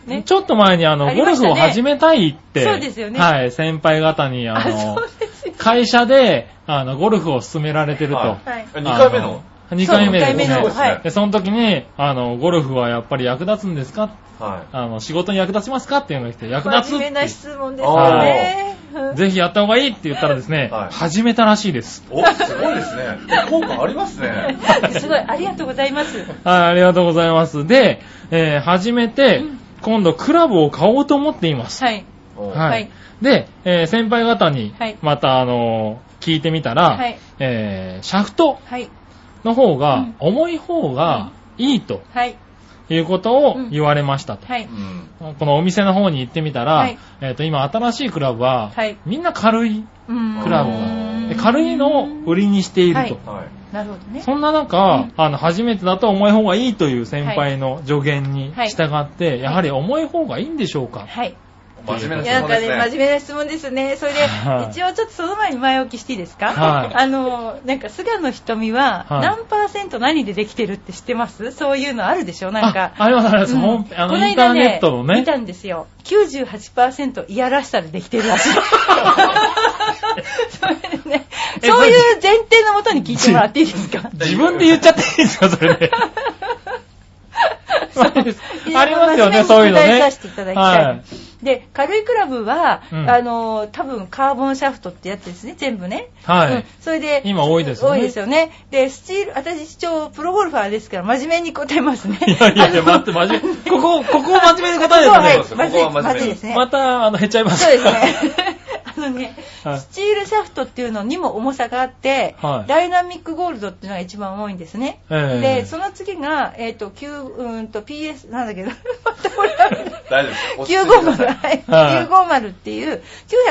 Speaker 1: ね
Speaker 2: ちょっと前にあの、
Speaker 1: あり
Speaker 2: ゴ
Speaker 1: ま
Speaker 2: ル
Speaker 1: したね
Speaker 2: フを始めたいって、
Speaker 1: そうですよね
Speaker 2: はい、先輩方に、あ
Speaker 1: あ、
Speaker 2: の
Speaker 1: そう、ですよ。
Speaker 2: 会社で、あの、ゴルフを勧められてると。
Speaker 3: はい
Speaker 1: はい
Speaker 3: え二回目の
Speaker 2: あの二回目です
Speaker 1: そう二回目
Speaker 2: ね
Speaker 1: のはい
Speaker 2: で、その時に、あの、ゴルフはやっぱり役立つんですか
Speaker 3: は
Speaker 2: あの、仕事に役立ちますかっていうのが来て、役立つ
Speaker 1: 真
Speaker 2: ってい
Speaker 1: 面目
Speaker 2: う
Speaker 1: な質問ですよね。うん
Speaker 2: ぜひやった方がいいって言ったらですね、
Speaker 3: はい
Speaker 2: 始めたらしいです。
Speaker 3: い。お、すごいですね。効果ありますね。
Speaker 1: すごい、ありがとうございます。
Speaker 2: はい、ありがとうございます。で、えー始めて、今度クラブを買おうと思っています。
Speaker 1: はい。
Speaker 3: お。
Speaker 2: はい。
Speaker 1: はい
Speaker 2: で、えー先輩方に
Speaker 1: はい、
Speaker 2: また、あのー聞いてみたら、
Speaker 1: はい
Speaker 2: えーシャフト
Speaker 1: はい。
Speaker 2: の方が、
Speaker 1: うん
Speaker 2: 重い方がいいと
Speaker 1: はい。
Speaker 2: いうことを
Speaker 1: うん
Speaker 2: 言われましたと。
Speaker 1: はいう
Speaker 3: ん。
Speaker 2: このお店の方に行ってみたら、
Speaker 1: はい
Speaker 2: えっ、と、今新しいクラブは、
Speaker 1: はい
Speaker 2: みんな軽いク
Speaker 1: ク
Speaker 2: ラブ
Speaker 3: う
Speaker 2: が
Speaker 3: ん
Speaker 2: で軽いのを売りにしていると。
Speaker 1: はい
Speaker 3: はい。
Speaker 1: なるほどね。
Speaker 2: そんな中、あの、初めてだと重い方がいいという先輩の助言に
Speaker 1: はい
Speaker 2: 従って、やはり重い方がいいんでしょうか、
Speaker 1: はい。
Speaker 3: 真
Speaker 2: そ
Speaker 3: 面目な
Speaker 2: う
Speaker 1: い
Speaker 2: で
Speaker 1: やな
Speaker 3: 質
Speaker 1: ん
Speaker 3: 問
Speaker 1: かね、
Speaker 3: です
Speaker 1: 真
Speaker 3: ね。
Speaker 1: 面目な質問ですね。それで
Speaker 2: はい、
Speaker 1: 一応ちょっとその前に前置きしていいですか
Speaker 2: はい
Speaker 1: あの、なんか、菅野瞳は、
Speaker 2: はい
Speaker 1: 何パーセント何でできてるって知ってますそういうのあるでしょなんか
Speaker 2: あ、。ありますあります。
Speaker 1: うん
Speaker 2: ホームペあ
Speaker 1: こ
Speaker 2: の、
Speaker 1: の
Speaker 2: インタ
Speaker 1: 間
Speaker 2: ーネットのね
Speaker 1: 見。たんですよ。98%いやらしさでできてるらしい。 それでね、
Speaker 2: え
Speaker 1: そういう前提のもとに聞いてもらっていいですか
Speaker 2: 自分で言っちゃっていいですか、それで。
Speaker 1: そう
Speaker 2: ありますよね、そういうの
Speaker 1: 真面目に答え
Speaker 2: ね
Speaker 1: させていた。だきたい
Speaker 2: はい。
Speaker 1: で、軽いクラブは、
Speaker 2: うん
Speaker 1: あの、多分カーボンシャフトってやつですね、全部ね。
Speaker 2: は
Speaker 1: うん
Speaker 2: い。
Speaker 1: それで、
Speaker 2: 今多いですよね
Speaker 1: 多いですよね。で、スチール、私一応プロゴルファーですから、真面目に答えますね。
Speaker 2: いやいやいや、待って、真面目。ここ、ここを真面目に答え
Speaker 1: あ
Speaker 2: ない
Speaker 3: そ
Speaker 2: と
Speaker 3: うで
Speaker 2: ね
Speaker 3: す
Speaker 1: そ
Speaker 3: よ
Speaker 1: うはい
Speaker 3: ここ
Speaker 1: まずい
Speaker 3: は真面目
Speaker 1: まずいですね。
Speaker 2: また、あの、減っちゃいます。
Speaker 1: そうですね。 あのね、
Speaker 2: はい
Speaker 1: スチールシャフトっていうのにも重さがあって、
Speaker 2: はい
Speaker 1: ダイナミックゴールドっていうのが一番重いんですね。
Speaker 2: ええ
Speaker 1: で、その次が、えっ、と、Q、うーんと PS、なんだっけど、 またこれある
Speaker 3: 大丈夫です。落ち着いてくだ
Speaker 1: 950、
Speaker 3: さい
Speaker 1: はい、
Speaker 2: はい
Speaker 1: 950っていう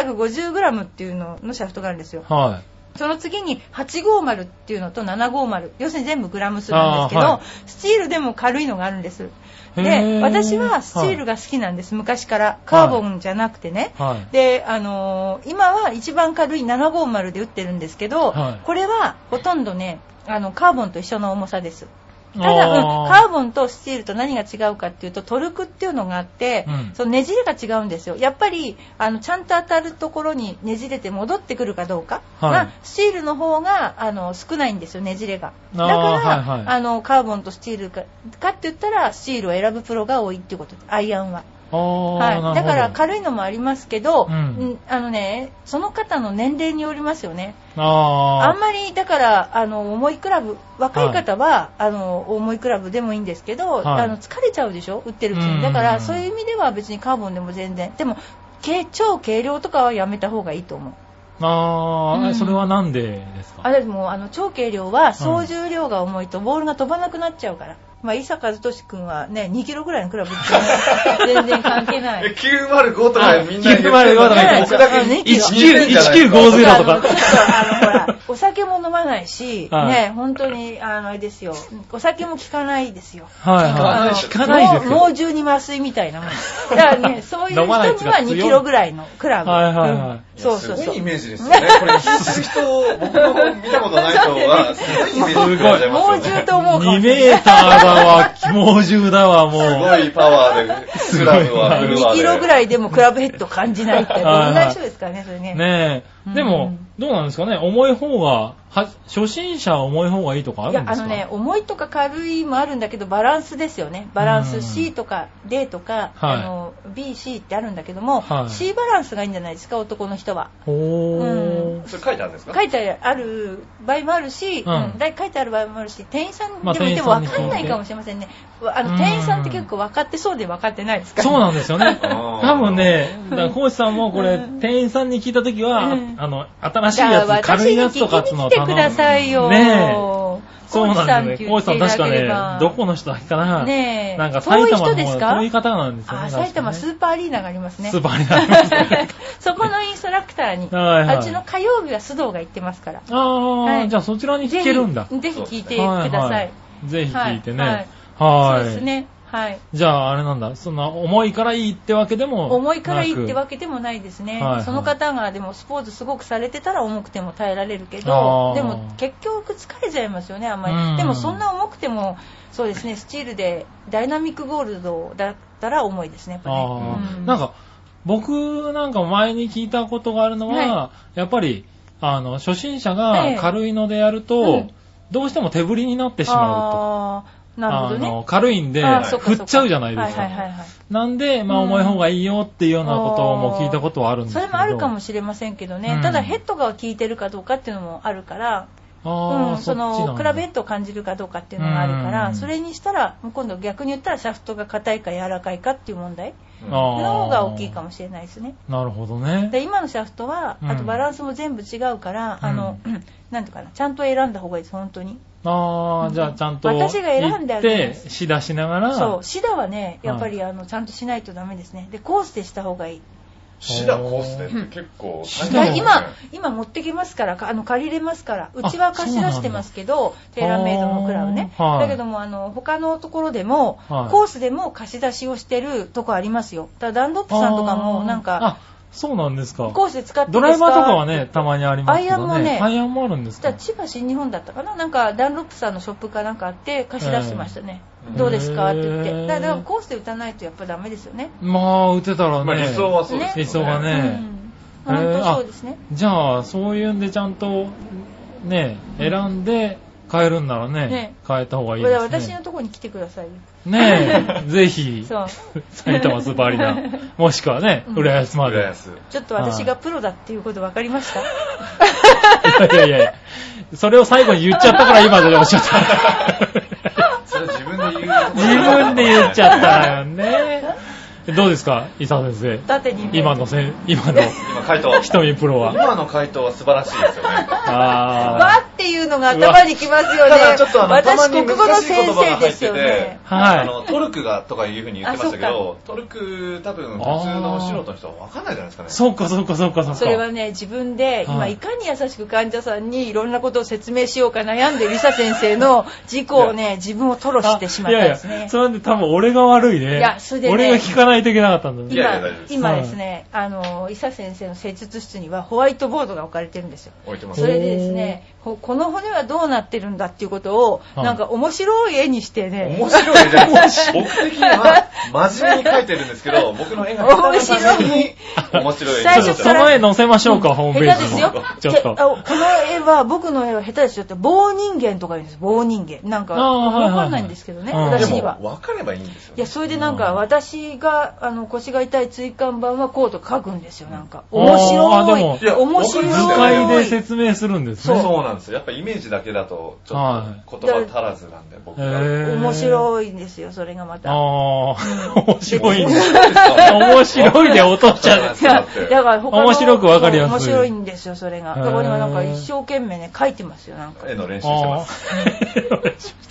Speaker 1: 950g っていうののシャフトがあるんですよ。
Speaker 2: は
Speaker 1: その次に850っていうのと750、要するに全部グラム数なんですけど、
Speaker 2: あーはい
Speaker 1: スチールでも軽いのがあるんです。
Speaker 2: へー
Speaker 1: で、私はスチールが好きなんです、昔から。カーボンじゃなくてね。
Speaker 2: い。はい。
Speaker 1: で、あのー今は一番軽い750で打ってるんですけど、
Speaker 2: はい
Speaker 1: これはほとんどね、あの、カーボンと一緒の重さです。ただ、
Speaker 2: あ
Speaker 1: うん
Speaker 2: ー
Speaker 1: カーボンとスチールと何が違うかっていうとトルクっていうのがあって、
Speaker 2: うん
Speaker 1: そのねじれが違うんですよやっぱりあのちゃんと当たるところにねじれて戻ってくるかどうかが、
Speaker 2: はい
Speaker 1: スチールの方があの少ないんですよねじれがだから
Speaker 2: あーはいはい
Speaker 1: あのカーボンとスチールかかって言ったらスチールを選ぶプロが多いっていうことアイアンは、
Speaker 2: あーなるほ
Speaker 1: は
Speaker 2: ど
Speaker 1: い、だから軽いのもありますけど、
Speaker 2: うん
Speaker 1: うんあのねその方の年齢によりますよね
Speaker 2: あ
Speaker 1: あ
Speaker 2: ー
Speaker 1: んまりだからあの重いクラブ若い方は、あの重いクラブでもいいんですけど、
Speaker 2: はい
Speaker 1: あの疲れちゃうでしょ打ってるうち
Speaker 2: うんうんう
Speaker 1: に
Speaker 2: ん
Speaker 1: だからそういう意味では別にカーボンでも全然でも軽超軽量とかはやめた方がいいと思う
Speaker 2: あー、
Speaker 1: うん
Speaker 2: それはなんでですか
Speaker 1: あでもあの超軽量は総重量が重いとボールが飛ばなくなっちゃうから、まあ、伊坂和俊君はね2キロぐらいのクラブ打っても 全然関係ない
Speaker 3: え905とかみんな言ってる
Speaker 2: 905とか
Speaker 1: る
Speaker 2: 言って
Speaker 3: 僕だけ
Speaker 1: うんね
Speaker 2: 19 1950
Speaker 1: あ
Speaker 2: とか
Speaker 1: のちょっとあのほらお酒も飲まないし、
Speaker 2: はい
Speaker 1: ね本当にあのあれですよお酒も効かないですよ
Speaker 2: はい
Speaker 3: あ
Speaker 2: はい。
Speaker 3: の
Speaker 2: 聞かないです
Speaker 1: もう
Speaker 2: よ。
Speaker 1: 猛獣に麻酔みたいなもん。だからね、そういう人
Speaker 2: 飲
Speaker 1: には
Speaker 2: まないやつが強い
Speaker 1: 2キロぐらいのクラブ。
Speaker 2: はいはいはい
Speaker 1: うんそうそう
Speaker 3: す
Speaker 1: そ
Speaker 3: ごいイ
Speaker 1: う。
Speaker 3: メージですよね。これ、聞いてる人、僕も見たことない人は、すごいイメージ膨らんじゃい
Speaker 1: 猛
Speaker 3: ますよ
Speaker 1: 獣
Speaker 3: ね。
Speaker 1: と思うかも
Speaker 2: 2
Speaker 1: しれない。
Speaker 2: メーターだわ、猛獣だわ、もう。
Speaker 3: すごいパワーで、クラブはフルワ
Speaker 1: 2
Speaker 3: ーで。
Speaker 1: キロぐらいでもクラブヘッド感じないって、
Speaker 2: い
Speaker 1: どんな人ですからね、それね。
Speaker 2: ね
Speaker 1: う
Speaker 2: え。
Speaker 1: ん
Speaker 2: でも、どうなんですかね重い方が、は初心者は重い方がいいとか
Speaker 1: い
Speaker 2: ある
Speaker 1: や
Speaker 2: んで
Speaker 1: あ
Speaker 2: すか
Speaker 1: のね、重いとか軽いもあるんだけどバランスですよねバランス C とか D とか、
Speaker 2: はい
Speaker 1: あの BC ってあるんだけども、
Speaker 2: はい
Speaker 1: C バランスがいいんじゃないですか男の人は
Speaker 2: ほ
Speaker 1: う
Speaker 2: ー
Speaker 1: ん。
Speaker 3: それ書いてあるんですか
Speaker 1: 書いてある場合もあるし、
Speaker 2: うん
Speaker 1: うんだい書いてある場合もあるし、店員さんで
Speaker 2: ま
Speaker 1: も
Speaker 2: あ店員
Speaker 1: でも
Speaker 2: さんに
Speaker 1: 分かんないかもしれませんね。わあ
Speaker 2: うん
Speaker 1: の店員さんって結構分かってそうで分かってないですから。
Speaker 2: そうなんです よね。
Speaker 3: あー
Speaker 2: 多分ね、だからコーチさんもこれ、店員さんに聞いたときは、
Speaker 1: うん
Speaker 2: あの、新しい
Speaker 1: じゃあ
Speaker 2: やつ、
Speaker 1: 私
Speaker 2: 軽い
Speaker 1: に
Speaker 2: や
Speaker 1: 聞き
Speaker 2: つとかっつうの
Speaker 1: に来
Speaker 2: を
Speaker 1: てく
Speaker 2: 頼
Speaker 1: ださいよ。
Speaker 2: ねえ。そうなんですよね。コ
Speaker 1: 高
Speaker 2: ー
Speaker 1: 知
Speaker 2: チさ
Speaker 1: さん
Speaker 2: ん
Speaker 1: って言っていただけ
Speaker 2: 確か
Speaker 1: れ
Speaker 2: ね
Speaker 1: ば、
Speaker 2: どこの人だっけかな。
Speaker 1: ねえ
Speaker 2: なんか埼玉
Speaker 1: 遠
Speaker 2: の
Speaker 1: い人です
Speaker 2: 方
Speaker 1: か
Speaker 2: 遠い方なんですよね。
Speaker 1: あ、埼玉ス
Speaker 2: ー
Speaker 1: ーパーアリーナがありますね。
Speaker 2: スーパーになりますね。
Speaker 1: そこのインストラクターに、
Speaker 2: はいはい
Speaker 1: あうちの火曜日は須藤が行ってますから。
Speaker 2: ああ、
Speaker 1: はい
Speaker 2: じゃあそちらに
Speaker 1: ぜ
Speaker 2: 聞
Speaker 1: ひ
Speaker 2: けるんだ。
Speaker 1: ぜひ聞いてください。
Speaker 2: い。ぜひ聞いてね。
Speaker 1: は
Speaker 2: はい
Speaker 1: そう
Speaker 2: い。
Speaker 1: ですね。はい。
Speaker 2: じゃああれなんだ、そんな重いからいいってわけでも。
Speaker 1: 重いからいいって
Speaker 2: な
Speaker 1: わけでもないですね、
Speaker 2: はいはい
Speaker 1: その方がでもスポーツすごくされてたら重くても耐えられるけ
Speaker 2: あ
Speaker 1: ど
Speaker 2: ー
Speaker 1: でも結局疲れちゃいますよねあんまり、
Speaker 2: うん
Speaker 1: でもそんな重くてもそうですねスチールでダイナミックゴールドだったら重いですねやっ
Speaker 2: く
Speaker 1: ぱね
Speaker 2: ああ、
Speaker 1: うん
Speaker 2: なんか、僕なんか前に聞いたことがあるのは、
Speaker 1: は
Speaker 2: やっぱり、あの、初心者
Speaker 1: ええ
Speaker 2: が軽いのでやると、
Speaker 1: うん
Speaker 2: どうしても手振りになってしまうと。
Speaker 1: あーなるほど
Speaker 2: あ
Speaker 1: ね
Speaker 2: の軽いんで、
Speaker 1: あーそかそ
Speaker 2: 振っ
Speaker 1: か
Speaker 2: ちゃうじゃないです
Speaker 1: はいはいはい
Speaker 2: か。
Speaker 1: はい
Speaker 2: なんで、ま
Speaker 1: うん
Speaker 2: あ、重い方がいいよっていうようなことも聞いたことはあるんです
Speaker 1: そ
Speaker 2: けど。
Speaker 1: れもあるかもしれませんけどね、
Speaker 2: うん
Speaker 1: ただヘッドが効いてるかどうかっていうのもあるから、
Speaker 2: あ
Speaker 1: う
Speaker 2: あ、
Speaker 1: ん、そのクラブヘッドを感じるかどうかっていうのがあるから、
Speaker 2: うん
Speaker 1: それにしたらもう今度逆に言ったらシャフトが硬いか柔らかいかっていう問題
Speaker 3: うん
Speaker 2: あー
Speaker 1: の方が大きいかもしれないですね
Speaker 2: なるほどね。
Speaker 1: で今のシャフトは
Speaker 2: うん
Speaker 1: あとバランスも全部違うから、
Speaker 2: うん
Speaker 1: あの なんとかなちゃんと選んだ方がいいです本当に
Speaker 2: ああ、じゃあちゃんと行
Speaker 1: 私が選んであ
Speaker 2: っ
Speaker 1: げま
Speaker 2: て
Speaker 1: す、
Speaker 2: しだしながら、
Speaker 1: そうシダはねやっぱりあのちゃんとしないとダメですねでコースでした方がいい
Speaker 3: シダコースで結構大変だ
Speaker 2: う
Speaker 1: だ
Speaker 2: ん
Speaker 1: い
Speaker 3: ね
Speaker 1: 今今持ってきますからかあの借りれますからうちは貸し出してますけどテーラーメイドのクラブね、
Speaker 2: あーはい
Speaker 1: だけどもあの他のところでも、
Speaker 2: はい
Speaker 1: コースでも貸し出しをしてるとこありますよただダンドップさんとかもなんか
Speaker 2: あ、そうなんですか。
Speaker 1: コースで使ってる
Speaker 2: ドライバーとかはね、たまにありますけど
Speaker 1: アイ
Speaker 2: ね。
Speaker 1: アンもね
Speaker 2: アイアンもあるんですか。
Speaker 1: 千葉新日本だったかななんかダンロップさんのショップかなんかあって貸し出してましたね、
Speaker 3: うん
Speaker 1: どうですかって言って
Speaker 2: へー
Speaker 1: だからコースで打たないとやっぱダメですよね
Speaker 2: まあ、打てたらね。
Speaker 3: まあ理想はそうですよ
Speaker 2: 理想が
Speaker 1: う
Speaker 2: ね。
Speaker 1: ん
Speaker 2: へー
Speaker 1: 本当そうですね
Speaker 2: じゃあ、そういうんでちゃんと、ね、選んで変えるんならね、
Speaker 1: ね
Speaker 2: 変えた方がいい
Speaker 1: これ
Speaker 2: で
Speaker 1: は
Speaker 2: す
Speaker 1: 私
Speaker 2: ね
Speaker 1: の。ところに来てくださいよ
Speaker 2: ねえ、ぜひ、
Speaker 1: そう
Speaker 2: 埼玉スーパーア リーナ、もしくはね、
Speaker 1: うん
Speaker 2: 浦安まで。
Speaker 3: 浦安
Speaker 1: ちょっと私がプロだっていうこと分かりました
Speaker 2: いやいやいや、それを最後に言っちゃったから今でお っしゃった。
Speaker 3: それ自分で言うとこ
Speaker 2: 自分で言っちゃったよね。どうですか、伊佐先生。
Speaker 1: 縦に
Speaker 2: 今のせん、今の
Speaker 3: 今回答
Speaker 2: 瞳プロは。
Speaker 3: 今の回答は素晴らしいですよね
Speaker 2: あ
Speaker 1: わっていうのが頭にきますよね
Speaker 3: ただちょっとあのたま
Speaker 1: 私
Speaker 3: に
Speaker 1: 国語の
Speaker 3: 難しい言
Speaker 1: 先
Speaker 3: 葉が
Speaker 1: 生
Speaker 3: 入
Speaker 1: で
Speaker 3: っ
Speaker 1: す
Speaker 3: て
Speaker 1: よ
Speaker 3: て
Speaker 1: ね、
Speaker 2: はい
Speaker 3: あのトルクがとかいうふうに言ってましたけどトルク多分普通の素人の人は分かんないじゃないですか
Speaker 2: ー
Speaker 3: ね
Speaker 2: そうかそうかそうかそうか。
Speaker 1: それはね自分で今
Speaker 2: はい
Speaker 1: いかに優しく患者さんにいろんなことを説明しようか悩んでリサ先生の事故をね自分を吐露してしまったんです
Speaker 2: いやい
Speaker 1: ね
Speaker 2: や、それで多分俺が悪いね。
Speaker 1: いやそれでね
Speaker 2: 俺が聞かないといけなかったんだね
Speaker 3: いやいや大
Speaker 1: 今
Speaker 3: 丈
Speaker 1: 今
Speaker 3: 夫です
Speaker 1: ですね、あの伊佐先生の施術室にはホワイトボードが置かれてるんですよ
Speaker 3: 置いてます
Speaker 1: それでですねここの骨はどうなってるんだっていうことを
Speaker 2: はい
Speaker 1: なんか面白い絵にしてね
Speaker 3: 面白いじゃないですか僕的には真面目に描いてるんですけど僕の絵が下手なために面白い
Speaker 1: 最
Speaker 2: ちょっ
Speaker 1: 初
Speaker 2: と
Speaker 1: か
Speaker 2: そ
Speaker 1: ら
Speaker 2: の絵載せましょうか、ホー
Speaker 1: 下手
Speaker 2: ムペ
Speaker 1: で
Speaker 2: ージ
Speaker 1: す
Speaker 2: に。
Speaker 1: よ
Speaker 2: ちょっ
Speaker 1: じゃあ
Speaker 2: と。
Speaker 1: この絵は僕の絵は下手ですよって棒人間とか言うんです棒人間なんか
Speaker 2: あーはいはいはい
Speaker 1: わかんないんですけどね、
Speaker 2: うん
Speaker 1: 私
Speaker 3: で
Speaker 1: に
Speaker 3: も
Speaker 1: は
Speaker 3: 分かればいいんですよ
Speaker 1: いや
Speaker 3: ね
Speaker 1: それでなんか
Speaker 2: うん
Speaker 1: 私があの腰が痛い椎間板はこうと書くんですよなんか
Speaker 2: あー
Speaker 1: 面
Speaker 2: あ
Speaker 1: 白い
Speaker 3: でも
Speaker 1: 面
Speaker 3: いや
Speaker 2: 図
Speaker 3: 僕
Speaker 1: 白い
Speaker 2: 解で説明するんです
Speaker 3: そう
Speaker 2: ね。
Speaker 3: そうなんですよやっぱイメージだけだとちょっと言葉足らずなんで僕
Speaker 2: へ
Speaker 3: が
Speaker 2: ー
Speaker 3: 面
Speaker 1: 面白いんですよそれがまた
Speaker 2: ああ、面白いね。
Speaker 3: 白いですか
Speaker 2: 面白いで落とっちゃ う。
Speaker 1: いやだから他の
Speaker 2: 面白くわかりやすい
Speaker 1: 面白いんですよそれが
Speaker 2: へー
Speaker 1: だから今なんか一生懸命ね書いてますよなんか
Speaker 3: 絵の練習して
Speaker 2: あ
Speaker 3: ま
Speaker 2: あ
Speaker 3: す。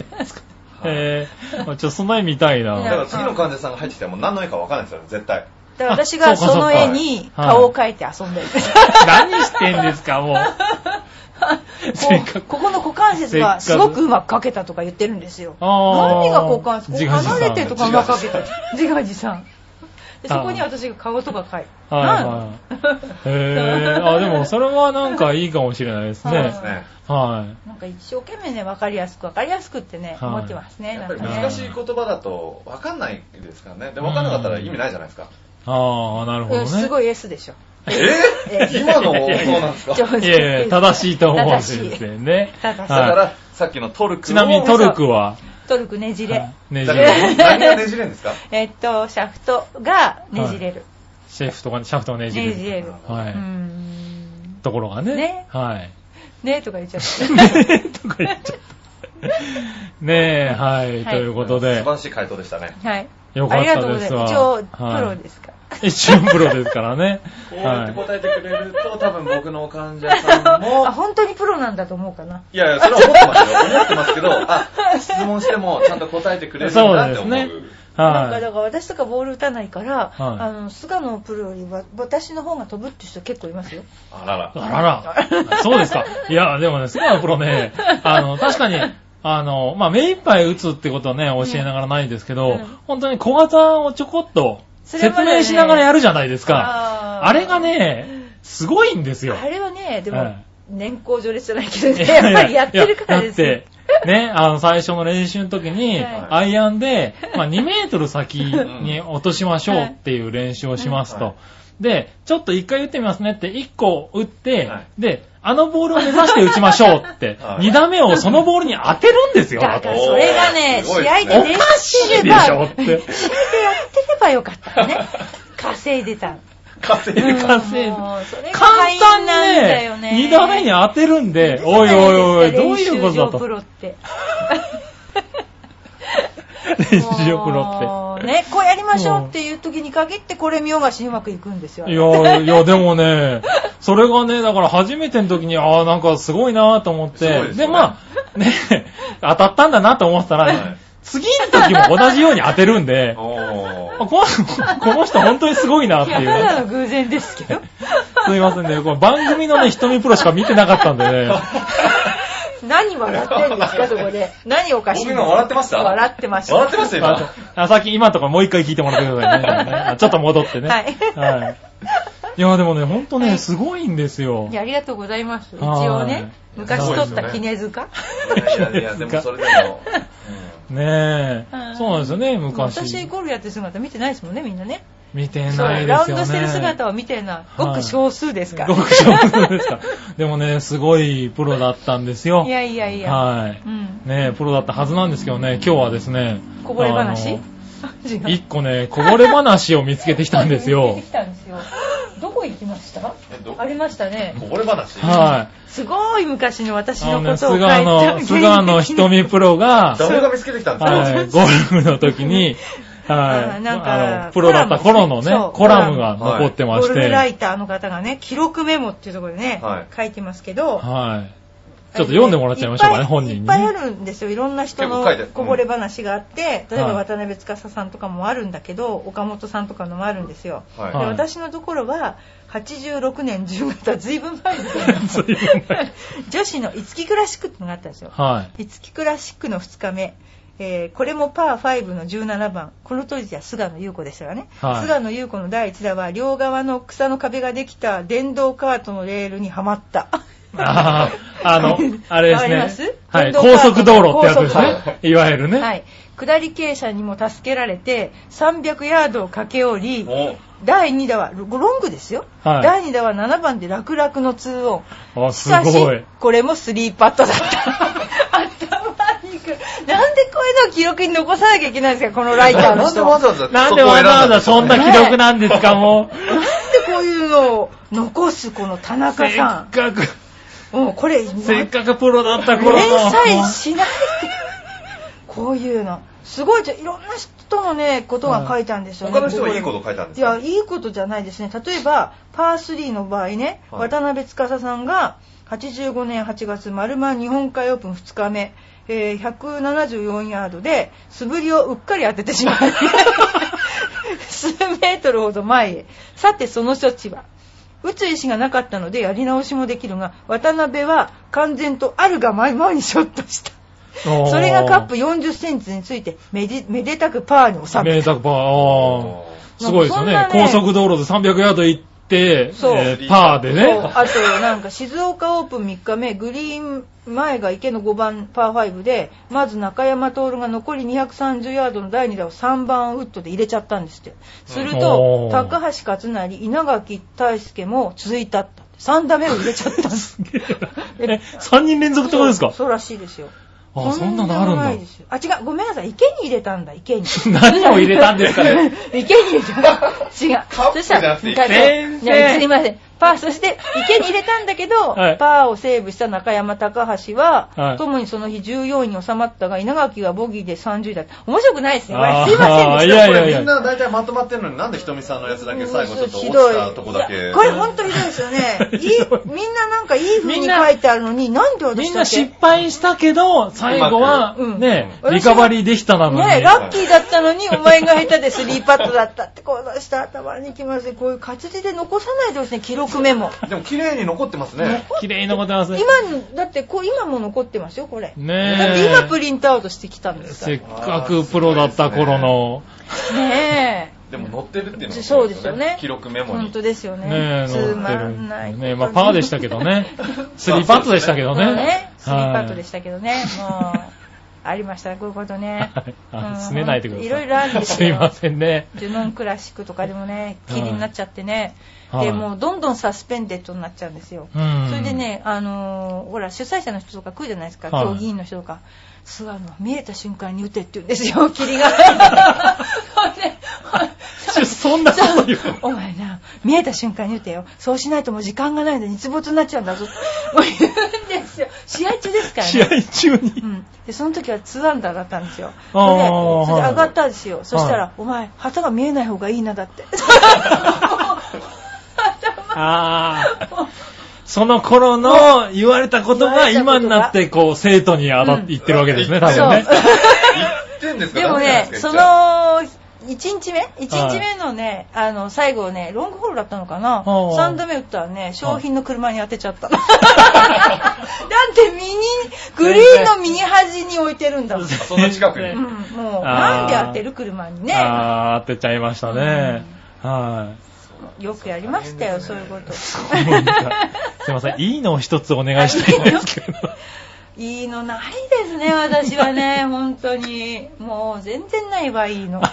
Speaker 2: えー、まあちょっとその絵見たい
Speaker 1: い
Speaker 3: だ
Speaker 1: や
Speaker 2: な。
Speaker 3: から次の患者さんが入ってきたらもう何の絵か分かんないですよ、絶対。
Speaker 1: だから私が
Speaker 2: あそうか
Speaker 1: そ
Speaker 2: そうか
Speaker 1: の絵に顔を描いて遊んでる
Speaker 2: 何してんで すか、もう。 せっ
Speaker 1: こう
Speaker 2: かく。
Speaker 1: ここの股関節がすごくうまく描けたとか言ってるんですよ。
Speaker 2: あー
Speaker 1: 何が股関節こ
Speaker 2: 自
Speaker 1: う
Speaker 2: 画自賛
Speaker 1: 離れてとかうまく描けた。自画自賛。でそこに
Speaker 2: あー
Speaker 1: 私が顔とか描いて。
Speaker 2: はい
Speaker 1: なん
Speaker 2: はい。へー、あ、でもそれはなんかいいかもしれないです
Speaker 1: はい
Speaker 2: ね
Speaker 3: です。ね。
Speaker 2: は
Speaker 1: なんか一生懸命ね、分かりやすく分かりやすくってね、
Speaker 2: はい
Speaker 1: 思ってますね。
Speaker 3: や
Speaker 1: な
Speaker 3: っぱ
Speaker 1: ん
Speaker 3: り
Speaker 1: か
Speaker 3: 難
Speaker 1: ね。
Speaker 3: しい言葉だと分かんないですからね。で、分かんなかったら意味ないじゃないですか。
Speaker 2: い。ああ、なるほど
Speaker 1: うん
Speaker 2: ね。
Speaker 1: すごい S でしょ。
Speaker 3: え
Speaker 1: え
Speaker 3: 今 のそうなんですか
Speaker 1: ちょ
Speaker 3: だ
Speaker 1: っと
Speaker 2: いやいや、正しいと思うん
Speaker 1: 正し
Speaker 2: で
Speaker 1: い
Speaker 2: すよね。
Speaker 1: 正しい
Speaker 2: は
Speaker 3: か
Speaker 2: い
Speaker 3: ら、さっきのトルクを
Speaker 2: ちなみにトルクは、
Speaker 1: トルクねじれ。
Speaker 2: ねじ
Speaker 3: だ
Speaker 2: れ
Speaker 3: から何がねじれんですか
Speaker 1: えっと、シャフトがねじれる。
Speaker 2: シェフとかシャフトをねじ
Speaker 1: ねじ
Speaker 2: る。
Speaker 1: れる。
Speaker 2: は
Speaker 1: うー
Speaker 2: い。
Speaker 1: ん。
Speaker 2: ところがね。
Speaker 1: ね
Speaker 2: はい。
Speaker 1: ねとか言っちゃった。
Speaker 2: とか言っちゃった。ねえ、はい、
Speaker 1: はい
Speaker 2: ということ
Speaker 3: 素
Speaker 2: で
Speaker 3: 晴。らしい回答でしたね。
Speaker 1: はい。
Speaker 2: よ
Speaker 1: あ
Speaker 2: かっ
Speaker 1: りが
Speaker 2: た
Speaker 1: とうご
Speaker 2: で
Speaker 1: ざい
Speaker 2: す
Speaker 1: ま
Speaker 2: わ。
Speaker 1: す。一応、プロ
Speaker 2: す。
Speaker 1: ですから。
Speaker 2: 一応プロですから ね。
Speaker 3: こうやって
Speaker 2: は
Speaker 3: 答えてくれると、多分僕の患者さん
Speaker 1: あ、
Speaker 3: も、
Speaker 1: 本当にプロなんだと思うか な。
Speaker 3: いやいや、それは思ってますよ。思ってますけど、あ、質問してもちゃんと答えてくれるんだって思
Speaker 2: そ
Speaker 3: う。
Speaker 2: うですね
Speaker 1: なんか、
Speaker 2: い。
Speaker 1: だから私とかボール打たないから、
Speaker 2: はい
Speaker 1: あの、菅野プロよりは、私の方が飛ぶって人結構いますよ。
Speaker 3: あらら。
Speaker 2: あらら。そうですか。いや、でもね、菅野プロね、あの、確かに、あの、まあ、目いっぱい打つってことはね、教えながらないですけど、
Speaker 1: うん
Speaker 2: 本当に小型をちょこっと
Speaker 1: それ
Speaker 2: 説
Speaker 1: はね
Speaker 2: 明しながらやるじゃないですか。
Speaker 1: あー
Speaker 2: あれが、ね、すごいんですよ。
Speaker 1: あれはね、でも、
Speaker 2: はい
Speaker 1: 年功序列じゃないけどね、やっぱりやってるからです
Speaker 2: いや
Speaker 1: よ。
Speaker 2: だって、ね、あの、最初の練習の時に、
Speaker 1: はい
Speaker 2: アイアンで、まあ、2メートル先に落としましょうっていう練習をします
Speaker 3: は
Speaker 2: と
Speaker 3: い。
Speaker 2: で、ちょっと1回打ってみますねって、1個打って
Speaker 3: はい、
Speaker 2: で、あのボールを目指して打ちましょうって、
Speaker 3: はい
Speaker 2: 2打目をそのボールに当てるんですよ、
Speaker 1: だか
Speaker 2: あと
Speaker 1: らそれがね、
Speaker 3: おーすごい
Speaker 1: 試
Speaker 3: で
Speaker 1: 合
Speaker 3: すね
Speaker 1: で
Speaker 2: お
Speaker 1: 練
Speaker 2: か
Speaker 1: 習
Speaker 2: し
Speaker 1: して
Speaker 2: いで
Speaker 1: れば、
Speaker 2: し
Speaker 1: 試
Speaker 2: ょ
Speaker 1: 合
Speaker 2: っ
Speaker 1: で
Speaker 2: て。
Speaker 1: やってればよかったのね。稼いでたの。
Speaker 3: 稼いで稼いで
Speaker 2: 稼いで
Speaker 1: もうそれが
Speaker 2: 簡
Speaker 1: 敗因
Speaker 2: 単
Speaker 1: なんだよ
Speaker 2: に
Speaker 1: ね
Speaker 2: ね、2打目に当てるんで、おいおいおい、どういうこ
Speaker 1: 練
Speaker 2: とだ
Speaker 1: 習場プ
Speaker 2: と。
Speaker 1: ロって。
Speaker 2: 練習プロって。
Speaker 1: もうね、こうやりましょうっていう時に限って、これ見よがしにうまくいくんですよ。
Speaker 2: いや、いや、でもね、それがね、だから初めての時に、ああ、なんかすごいなと思って、
Speaker 3: すごいです
Speaker 2: で、
Speaker 3: よね
Speaker 2: まあ、ね、当たったんだなと思ってたら、
Speaker 3: はい
Speaker 2: 次の時も同じように当てるん で、あ
Speaker 3: お
Speaker 2: こ
Speaker 3: ー。
Speaker 2: の人この人本当にすごいなっ
Speaker 1: い
Speaker 2: て
Speaker 1: や、
Speaker 2: いう
Speaker 1: ただ
Speaker 2: ね。
Speaker 1: の偶然ですけど。
Speaker 2: すいませんね、この番組のね、瞳プロしか見てなかったんでね。
Speaker 1: 何笑ってんですか、そこで。何おかしい
Speaker 3: 僕今笑ってました
Speaker 1: 笑ってました。
Speaker 3: 笑ってまし た今。
Speaker 2: ああさっき今のとかもう一回聞いてもらってくださいねだからね。あちょっと戻ってね。
Speaker 1: はい
Speaker 2: はい。いや、でもね、本当
Speaker 1: は
Speaker 2: ね、
Speaker 1: い
Speaker 2: すごいんですよ。
Speaker 1: いや、ありがとうございます。一
Speaker 2: はい
Speaker 1: 応ね、昔撮った絹塚。
Speaker 3: いやいやいや、でもそれでも。
Speaker 2: ね
Speaker 1: は
Speaker 2: え
Speaker 1: い。
Speaker 2: そうなんですよね、昔。
Speaker 1: 私ゴルフやってる姿見てないですもんね、みんなね。
Speaker 2: 見て
Speaker 1: そう
Speaker 2: ないですよね。
Speaker 1: ラウンドしてる姿を見てるのは、ごく少数ですから。
Speaker 2: ごく少数ですか。でもね、すごいプロだったんですよ。
Speaker 1: いやいやいや。
Speaker 2: はい。
Speaker 1: うん。
Speaker 2: ねプロだったはずなんですけどね、今日はですね。
Speaker 1: こぼれ話
Speaker 2: あ
Speaker 1: 違
Speaker 2: の
Speaker 1: う。
Speaker 2: 一個ね、こぼれ話を見つけてきたんで すよ
Speaker 1: 見つけて。きたんですよどこ行きました
Speaker 3: えど
Speaker 1: ありましたね。
Speaker 3: こぼれ話
Speaker 2: は
Speaker 1: すごい昔の私
Speaker 2: い。あの
Speaker 1: の
Speaker 2: ね、
Speaker 1: ことを書い
Speaker 2: 菅
Speaker 1: た
Speaker 2: 野、菅野瞳プ ロが、
Speaker 3: 誰が見つけてきたんですか、
Speaker 2: はい、ゴルフの時に、は
Speaker 1: あ
Speaker 2: い、
Speaker 1: なんか
Speaker 2: あのプロだった頃のね
Speaker 1: そう、
Speaker 2: コラムが残ってま
Speaker 1: ゴ
Speaker 2: し
Speaker 1: ルフ
Speaker 2: て、
Speaker 1: ライターの方がね、記録メモっていうところでね、
Speaker 3: はい
Speaker 1: 書いてますけど、
Speaker 2: はい。ちょっと読んでもらっちゃいましょうか
Speaker 1: っ
Speaker 2: ね、
Speaker 1: ぱい
Speaker 2: 本人に
Speaker 1: い
Speaker 2: ね。
Speaker 1: っぱいあるんですよ。いろんな人の
Speaker 3: 結構書いてある
Speaker 1: こぼれ話があって、
Speaker 2: うん
Speaker 1: 例えば
Speaker 2: はい
Speaker 1: 渡辺司さんとかもあるんだけど、岡本さんとかのもあるんですよ。
Speaker 3: はい
Speaker 1: で
Speaker 2: はい。
Speaker 1: 私のところは、86年10月、ずいぶん前ですよ
Speaker 2: 随分前
Speaker 1: 女子の五木クラシックってのがあったんですよ。
Speaker 2: はい。
Speaker 1: 五木クラシックの2日目、えーこれもパー5の17番この当時は菅野優子でしたからね、
Speaker 2: はい
Speaker 1: 菅野優子の第1打は両側の草の壁ができた電動カートのレールにはまった
Speaker 2: ああ、あ の、あれ
Speaker 1: わかりま
Speaker 2: です
Speaker 1: す
Speaker 2: ね。はい、
Speaker 1: 電動カー
Speaker 2: 高
Speaker 1: ト
Speaker 2: 速道路ってやつです
Speaker 1: 高
Speaker 2: ね。いわゆるね。
Speaker 1: はい、下り傾斜にも助けられて300ヤードを駆け下り
Speaker 3: お
Speaker 1: 第2打はロロングですよ、
Speaker 2: はい
Speaker 1: 第2打は7番で楽々の2オン
Speaker 2: あ、す
Speaker 1: しかし
Speaker 2: ごい。
Speaker 1: これも3パットだった 頭にくるなんでこういうのを記録に残さなきゃいけないんですかこのライターの
Speaker 3: なんで
Speaker 1: 人
Speaker 3: わざわざ
Speaker 2: なんでわざわざそんな
Speaker 1: ね
Speaker 2: 記録なんですか、もう。
Speaker 1: なんでこういうのを残すこの田中
Speaker 2: せっ
Speaker 1: さ
Speaker 2: か
Speaker 1: ん。
Speaker 2: く、
Speaker 1: うん、これ、
Speaker 2: せっ
Speaker 1: 連
Speaker 2: かくプロだった頃の。
Speaker 1: 載しない。こういうの。すごいじゃ、いろんな人のね、ことが書いたんですよね。
Speaker 3: 他の人はいいこと書いたんです
Speaker 1: い
Speaker 3: か
Speaker 1: や、いいことじゃないですね。例えば、パー3の場合ね、
Speaker 3: はい
Speaker 1: 渡辺司さんが、85年8月、丸間日本海オープン2日目、えー174ヤードで、素振りをうっかり当ててしまう。 数メートルほど前へ。さて、その処置は。打つ意思がなかったのでやり直しもできるが、渡辺は完全とあるがままにショットした。
Speaker 2: おー
Speaker 1: それがカップ40センチについてめで、めでたくパーに収め
Speaker 2: 名
Speaker 1: た。
Speaker 2: 作パー、あーすごいです
Speaker 1: な
Speaker 2: よ
Speaker 1: んか。そん
Speaker 2: ね
Speaker 1: なね
Speaker 2: 高速道路で300ヤード行って、え
Speaker 1: そう
Speaker 2: ーパーで
Speaker 1: そう
Speaker 2: ね。
Speaker 1: あとなんか静岡オープン3日目グリーン前が池の5番パー5でまず中山徹が残り230ヤードの第2打を3番ウッドで入れちゃったんですってすると
Speaker 2: おー
Speaker 1: 高橋克成稲垣大輔も続いたった3打目を入れちゃったんです
Speaker 2: え、3人連続ってことですか
Speaker 1: そうそうらしいですよ
Speaker 2: あ、そんなのあるん
Speaker 1: と
Speaker 2: だ
Speaker 1: でもない。ですよあ違うごめんなさい池に入れたんだ池に
Speaker 2: 何を 入れたんですかね。
Speaker 1: 池に入れた違う
Speaker 3: カップじゃなくて
Speaker 1: そしたら
Speaker 2: 先生
Speaker 1: いやすいませんパー、そして池に入れたんだけど、
Speaker 2: はい
Speaker 1: パーをセーブした中山高橋は、
Speaker 2: はい
Speaker 1: ともにその日14位に収まったが、稲垣はボギーで30位だった。面白くないですね。これ
Speaker 2: あー
Speaker 1: すいませんでした。
Speaker 2: いやいやい
Speaker 3: み
Speaker 2: や。
Speaker 3: んな大体まとまってるのになんでひとみさんのやつだけ最後ちょっと落ちたとこだ
Speaker 1: い
Speaker 3: け
Speaker 1: やこれ本当ひどいですよね
Speaker 2: ひ どい
Speaker 1: いいみんななんかいい風
Speaker 2: みん
Speaker 1: に
Speaker 2: な
Speaker 1: 書いてあるのに、なんで
Speaker 2: み
Speaker 1: 私
Speaker 2: ん
Speaker 1: だけ
Speaker 2: な失敗したけど、最後は
Speaker 1: う、ん
Speaker 2: ね、
Speaker 1: うん
Speaker 2: リカバリーできたなのに。
Speaker 1: ねえ、ラッキーだったのに、お前が下手でスリーパットだった って、こうした頭にきますね。こういう活字で残さないでほしいね、記録メモ。
Speaker 3: でも綺麗に残ってますね。
Speaker 2: 綺麗に残ってますね。
Speaker 1: 今、だってこう、今も残ってますよ、これ。
Speaker 2: ねえ
Speaker 1: だって今プリントアウトしてきたんですか
Speaker 2: せっ
Speaker 1: ら。
Speaker 2: かくプロだった頃の、
Speaker 1: ね
Speaker 3: でも乗ってるっていうの
Speaker 1: え。
Speaker 3: が
Speaker 1: そうですよね。
Speaker 3: 記録メモに
Speaker 1: 本。当ですよね。
Speaker 2: ねえ、
Speaker 1: つ
Speaker 2: 乗って
Speaker 1: ま
Speaker 2: る
Speaker 1: んない。。
Speaker 2: ねえ、まあパーでしたけど ね。スリーパットでしたけど
Speaker 1: そう
Speaker 2: ね。
Speaker 1: ね。スリーパットで
Speaker 2: し
Speaker 1: したけどね。もう、ありました、こういうことね。うん
Speaker 2: すねないでください。
Speaker 1: いろいろあるんですよ
Speaker 2: すいませんね。
Speaker 1: ジュノンクラシックとかでもね、気になっちゃってね。
Speaker 2: はい
Speaker 1: で、もうどんどんサスペンデッドになっちゃうんですよ。
Speaker 2: うん
Speaker 1: それで、ね、あのーほら、主催者の人とか来るじゃないですか、
Speaker 2: はい
Speaker 1: 競技員の人とか。すごいあの、見えた瞬間に打てって言うんですよ、 霧が。ね
Speaker 2: ちょそんなこと言うの
Speaker 1: お前な、見えた瞬間に打てよ。そうしないともう時間がないので、日没になっちゃうんだぞ。もう言うんですよ。試合中ですからね。
Speaker 2: 試合中に
Speaker 1: う。ん、でその時は2アンダーだったんですよ。
Speaker 2: あー
Speaker 1: それでそれで
Speaker 2: はい
Speaker 1: 上がったんですよ。そしたら、
Speaker 2: はい
Speaker 1: お前、旗が見えない方がいいな、だ って。
Speaker 2: ああ。その頃の言われたことが
Speaker 1: 言われたことが
Speaker 2: 今になってこう生徒に当た
Speaker 1: うん
Speaker 2: 言ってるわけですね、
Speaker 3: うん
Speaker 2: 多分ね。
Speaker 3: 言ってんですか
Speaker 1: でもね、そ、
Speaker 3: ダ
Speaker 1: の、1日目 ?1 日目のね、あの、最後ね、ロングホールだったのかな
Speaker 2: はあ
Speaker 1: ?3 度目打ったらね、商品の車に当てちゃ った。だってミニ、グリーンの右端に置いてるんだもん。
Speaker 3: メなんですか言っちゃうあそんな近く
Speaker 1: う
Speaker 3: に。
Speaker 1: んもう、
Speaker 2: あ
Speaker 1: な
Speaker 2: ー
Speaker 1: んで当てる車にね。
Speaker 2: ああ、当てちゃいましたね。はい。
Speaker 1: よくやりましたよ、そういうこと。
Speaker 2: なんかすいません、いいのを一つお願いしたいんです けど。
Speaker 1: いいのないですね、私は ね、本当に。もう全然ないわ、いいの。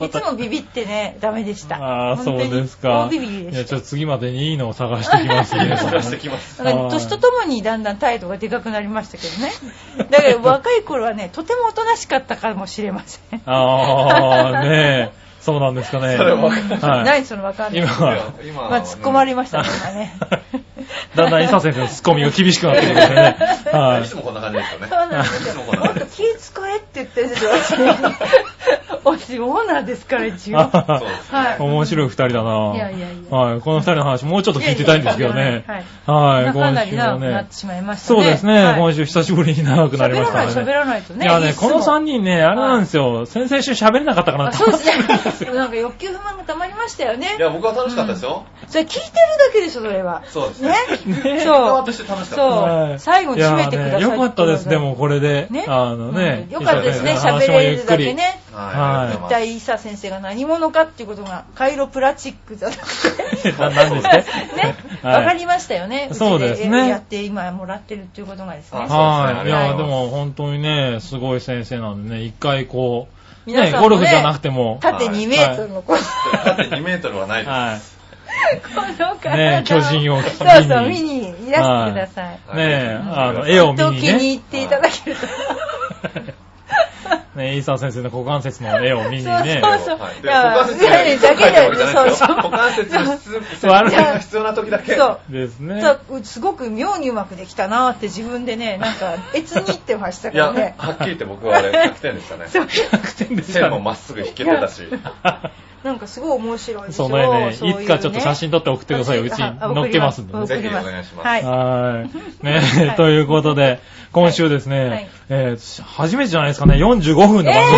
Speaker 1: いつもビビってね、ダメでした。
Speaker 2: ああ、そうです
Speaker 1: 本当に大
Speaker 2: か。
Speaker 1: ビビり
Speaker 2: い
Speaker 1: で
Speaker 2: や、
Speaker 1: し
Speaker 2: ち
Speaker 1: た
Speaker 2: ょっと次までにいいのを探してきますね。
Speaker 3: 探してきます。
Speaker 1: だから年とともにだんだん態度がでかくなりましたけどね。だから若い頃はね、とてもおとなしかったかもしれません。
Speaker 2: ああ、ねえ。そうなんですかね。
Speaker 3: それはわかんない
Speaker 2: はい
Speaker 1: 何そのわかんない。
Speaker 2: 今
Speaker 3: い
Speaker 2: は
Speaker 3: や今
Speaker 1: まあ、突っ込まれ
Speaker 3: ま
Speaker 1: ましたね、今ね。
Speaker 2: だんだん伊佐先生のツッコミが厳しくなってくるんです よね。はい
Speaker 3: いつ。もこんな感じですよね
Speaker 1: そう。なんですよ。もっと気使えって言ってるんですよ、私。私、オーナーですから、一応。は
Speaker 3: そうで
Speaker 1: い。
Speaker 3: す
Speaker 2: 面白い二人だな。
Speaker 1: いやいやいや
Speaker 2: はい、この二人の話、もうちょっと聞いてたいんですけどね。はい、
Speaker 1: なかなり長くな
Speaker 2: ね
Speaker 1: って。しまいましたね。
Speaker 2: そうですね、
Speaker 1: はい
Speaker 2: 今週久しぶりに長くなりましたね。
Speaker 1: 喋らないと喋らないとね
Speaker 2: いやね、
Speaker 1: いつも
Speaker 2: この三人ね、あれなんですよ、先々週喋れなかったかな
Speaker 1: あ
Speaker 2: と
Speaker 1: そう
Speaker 2: 思
Speaker 1: で
Speaker 2: ってるんです
Speaker 1: すね。
Speaker 2: よ。
Speaker 1: なんか欲求不満が溜まりましたよね。
Speaker 3: いや、僕は楽しかったですよ。
Speaker 1: それ聞いてるだけでしょ、それは。
Speaker 3: そうですね
Speaker 1: ね。
Speaker 2: ね
Speaker 1: そ
Speaker 3: 側
Speaker 1: う
Speaker 3: と。して楽しかった。
Speaker 1: そう。最後に締めてください。
Speaker 2: いやねよかったです、でもこれで。
Speaker 1: ね。
Speaker 2: あのね
Speaker 1: う。んよかったですね、
Speaker 2: 伊佐
Speaker 1: 喋
Speaker 2: 先生の話も
Speaker 1: れ
Speaker 2: ゆっ
Speaker 1: る
Speaker 2: く
Speaker 1: だ
Speaker 2: り
Speaker 1: け。ね。
Speaker 2: は
Speaker 3: はいい。
Speaker 1: 一体、イサ先生が何者かっていうことが、カイロプラチック じゃなくて。
Speaker 2: ななんですね
Speaker 1: ね。
Speaker 2: はい
Speaker 1: わかりましたよね。
Speaker 2: そうですね
Speaker 1: うちやって、今もらってるっていうことがですね
Speaker 3: あ。
Speaker 2: は
Speaker 3: そうです
Speaker 2: い。い
Speaker 3: ね
Speaker 2: や、でも本当にね、すごい先生なんでね、一回こう、
Speaker 1: 皆
Speaker 2: ね、
Speaker 1: さん
Speaker 2: ゴ
Speaker 1: もね
Speaker 2: ルフじゃなくても、
Speaker 1: 縦2メートルのこの
Speaker 3: だって2メートルはないです。
Speaker 2: はい。
Speaker 1: この体を
Speaker 2: ね巨人を
Speaker 1: そうそう、
Speaker 2: 見
Speaker 1: 見
Speaker 2: に
Speaker 1: にいらしてください。
Speaker 3: は
Speaker 2: ね
Speaker 3: い
Speaker 2: え、
Speaker 3: はい
Speaker 2: あの、絵を
Speaker 1: 本当
Speaker 2: 見に
Speaker 1: 気に入
Speaker 2: ね。
Speaker 1: っていただけると。
Speaker 2: ね、イーサー先生の股関節の絵を見に
Speaker 1: そう
Speaker 2: ね。
Speaker 1: そうそう。
Speaker 3: はい
Speaker 1: いや、
Speaker 3: 股関節が
Speaker 1: だけだよね、そうそう。
Speaker 3: 股関節の必
Speaker 2: 座る
Speaker 3: 要必要な時だけ。
Speaker 1: そう
Speaker 2: ですね。
Speaker 1: そうすごく妙にうまくできたなーって自分でね、なんか、越に行ってました
Speaker 3: い
Speaker 1: か
Speaker 3: や、
Speaker 1: らね。
Speaker 3: はっきり言って僕はあれ100点でしたね。
Speaker 1: そう
Speaker 2: 100点でした
Speaker 3: 線も
Speaker 2: ね。
Speaker 3: まっすぐ引けてたし。
Speaker 1: なんかすごい面白いでしょ
Speaker 2: その絵ね、
Speaker 1: そうう
Speaker 2: いつかちょっと写真撮って送ってください。
Speaker 1: あ
Speaker 2: うちに
Speaker 1: あ送り
Speaker 2: 載っけますんでね。
Speaker 1: 送り
Speaker 3: ぜひお願いします
Speaker 1: はい。
Speaker 2: はい。
Speaker 1: は
Speaker 2: ね
Speaker 1: い
Speaker 2: ということで、今週ですね、
Speaker 1: はい
Speaker 2: えー初めてじゃないですかね、45分の番組になり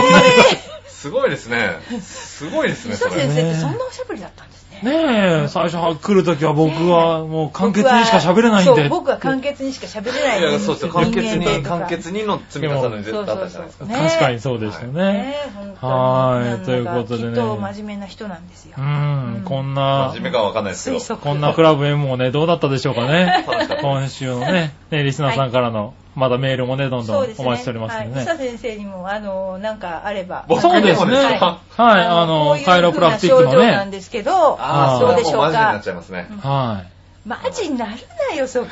Speaker 3: すごいですね。すごいですね、
Speaker 1: 磯
Speaker 3: それ
Speaker 1: 先。生ってそんなおしゃべりだったんですね。
Speaker 2: ねえ、最初は来るときは僕はもう簡潔にしか喋れないん
Speaker 1: 僕はそ
Speaker 2: で。
Speaker 1: う、僕は簡潔にしか喋れない
Speaker 3: い
Speaker 1: 人間
Speaker 3: や、そうですよ。簡潔
Speaker 1: 人間と
Speaker 3: に、
Speaker 1: か
Speaker 3: 簡潔にの積み重ねでだったじゃないですか。
Speaker 1: ね
Speaker 2: 確かにそうでしたね。
Speaker 1: え本当に
Speaker 2: はい
Speaker 1: なんだか
Speaker 2: ということでね
Speaker 1: きっと真面目な人なんですよ
Speaker 2: う。ん、
Speaker 1: うん
Speaker 2: こん
Speaker 3: 真
Speaker 2: な
Speaker 3: 面、目かわかんないですけ
Speaker 1: 推
Speaker 3: ど。
Speaker 1: 測。
Speaker 2: こんなクラブ M もね、どうだったでしょうかね
Speaker 3: 楽しかっ。た
Speaker 2: 今週のねね、リスナーさんからの、まだメールもね、どんどん
Speaker 1: そ
Speaker 2: お
Speaker 1: うですね
Speaker 2: 待ちしております
Speaker 1: は
Speaker 2: んで
Speaker 1: い、
Speaker 2: ね
Speaker 1: 伊。佐先生にも、あの、なんかあれば。
Speaker 3: 僕
Speaker 2: そうですね。
Speaker 3: 僕
Speaker 2: はい、
Speaker 3: は
Speaker 2: あの、カイロプラクティックの
Speaker 1: こういう風な症状なん
Speaker 2: ね。
Speaker 1: ですけど、
Speaker 3: ああ、
Speaker 2: そ
Speaker 3: そうれ
Speaker 1: どう
Speaker 3: は
Speaker 1: でし
Speaker 3: も
Speaker 1: ょ
Speaker 3: う
Speaker 1: う
Speaker 3: マジになっ
Speaker 1: か
Speaker 3: ち。ゃいますね。
Speaker 2: は
Speaker 1: マジになるなよ、そこ。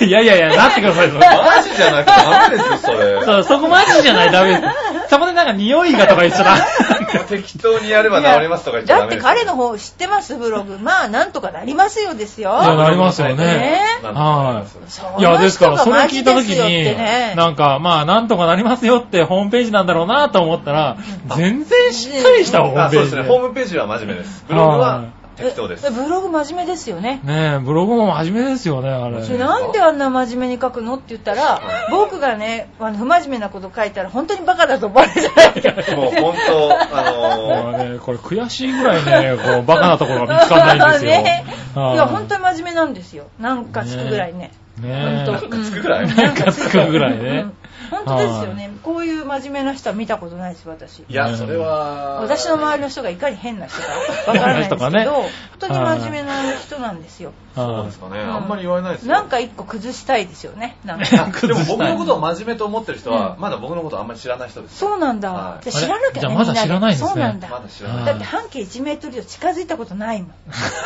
Speaker 2: い。いやいやいや、なってください、それ
Speaker 3: マジじゃなくてダメですよ、それ。
Speaker 2: そう、そこマジじゃない、ダメです。そこでなんか匂いがとか言っちゃダメ。
Speaker 3: もう適当にやれば治りますとか言っちゃ
Speaker 1: だ
Speaker 3: ダ
Speaker 1: って
Speaker 3: メです
Speaker 1: 彼の方知ってます、ブログ。まあ、なんとかなりますよですよ。
Speaker 2: いやなりますよね
Speaker 3: なんとかなりますよね
Speaker 1: そんない
Speaker 2: や、ですから、
Speaker 1: 人
Speaker 2: それ
Speaker 1: が
Speaker 2: 聞いたとき
Speaker 1: マジですよっ
Speaker 2: に
Speaker 1: てね、
Speaker 2: なんか、まあ、なんとかなりますよってホームページなんだろうなと思ったら、全然しっかりしたホー
Speaker 3: あ
Speaker 2: ムペー
Speaker 3: そうです
Speaker 2: ジ
Speaker 3: ね。
Speaker 2: で。
Speaker 3: ホームページは真面目です。ブログ
Speaker 2: は
Speaker 3: はい適当です
Speaker 1: え。ブログ真面目ですよね。
Speaker 2: ねえ、ブログも真面目ですよね、あ
Speaker 1: それ
Speaker 2: れ。
Speaker 1: なんであんな真面目に書くのって言ったら、僕がね、あの不真面目なこと書いたら本当にバカだと思われるじゃない ですか。
Speaker 3: もう本当、あ
Speaker 2: も
Speaker 3: の
Speaker 2: うね、これ悔しいぐらいね、こう、バカなところが見つかんないんですよ。
Speaker 1: ね
Speaker 2: はい
Speaker 1: いや、本当に真面目なんですよ。なんかつくぐらいね。
Speaker 2: ね
Speaker 1: 本当
Speaker 3: ー、つくぐらい
Speaker 2: え。なんかつくぐらいね。
Speaker 1: 本当ですよね。こういう真面目な人は見たことないです、私。
Speaker 3: いや、それは。
Speaker 1: 私の周りの人がいかに変な人か わからないんですけど、
Speaker 2: 変な人かね
Speaker 1: 本当に真面目な人なんですよ。
Speaker 3: そうですかね。あんまり言われないですよ
Speaker 1: なんか一個崩したいですよね。なんか
Speaker 3: でも僕のことを真面目と思ってる人は
Speaker 1: う、
Speaker 3: まだ僕のことあんまり知らない人です。
Speaker 1: そうなんだ
Speaker 3: は。い
Speaker 1: じゃあ知らなきゃね。
Speaker 2: じゃあまだ
Speaker 1: み
Speaker 2: 知らないんですね
Speaker 1: そうなん
Speaker 3: まだ
Speaker 1: だ。
Speaker 3: 知らない。
Speaker 1: だって半径1メートル以上近づいたことないもん。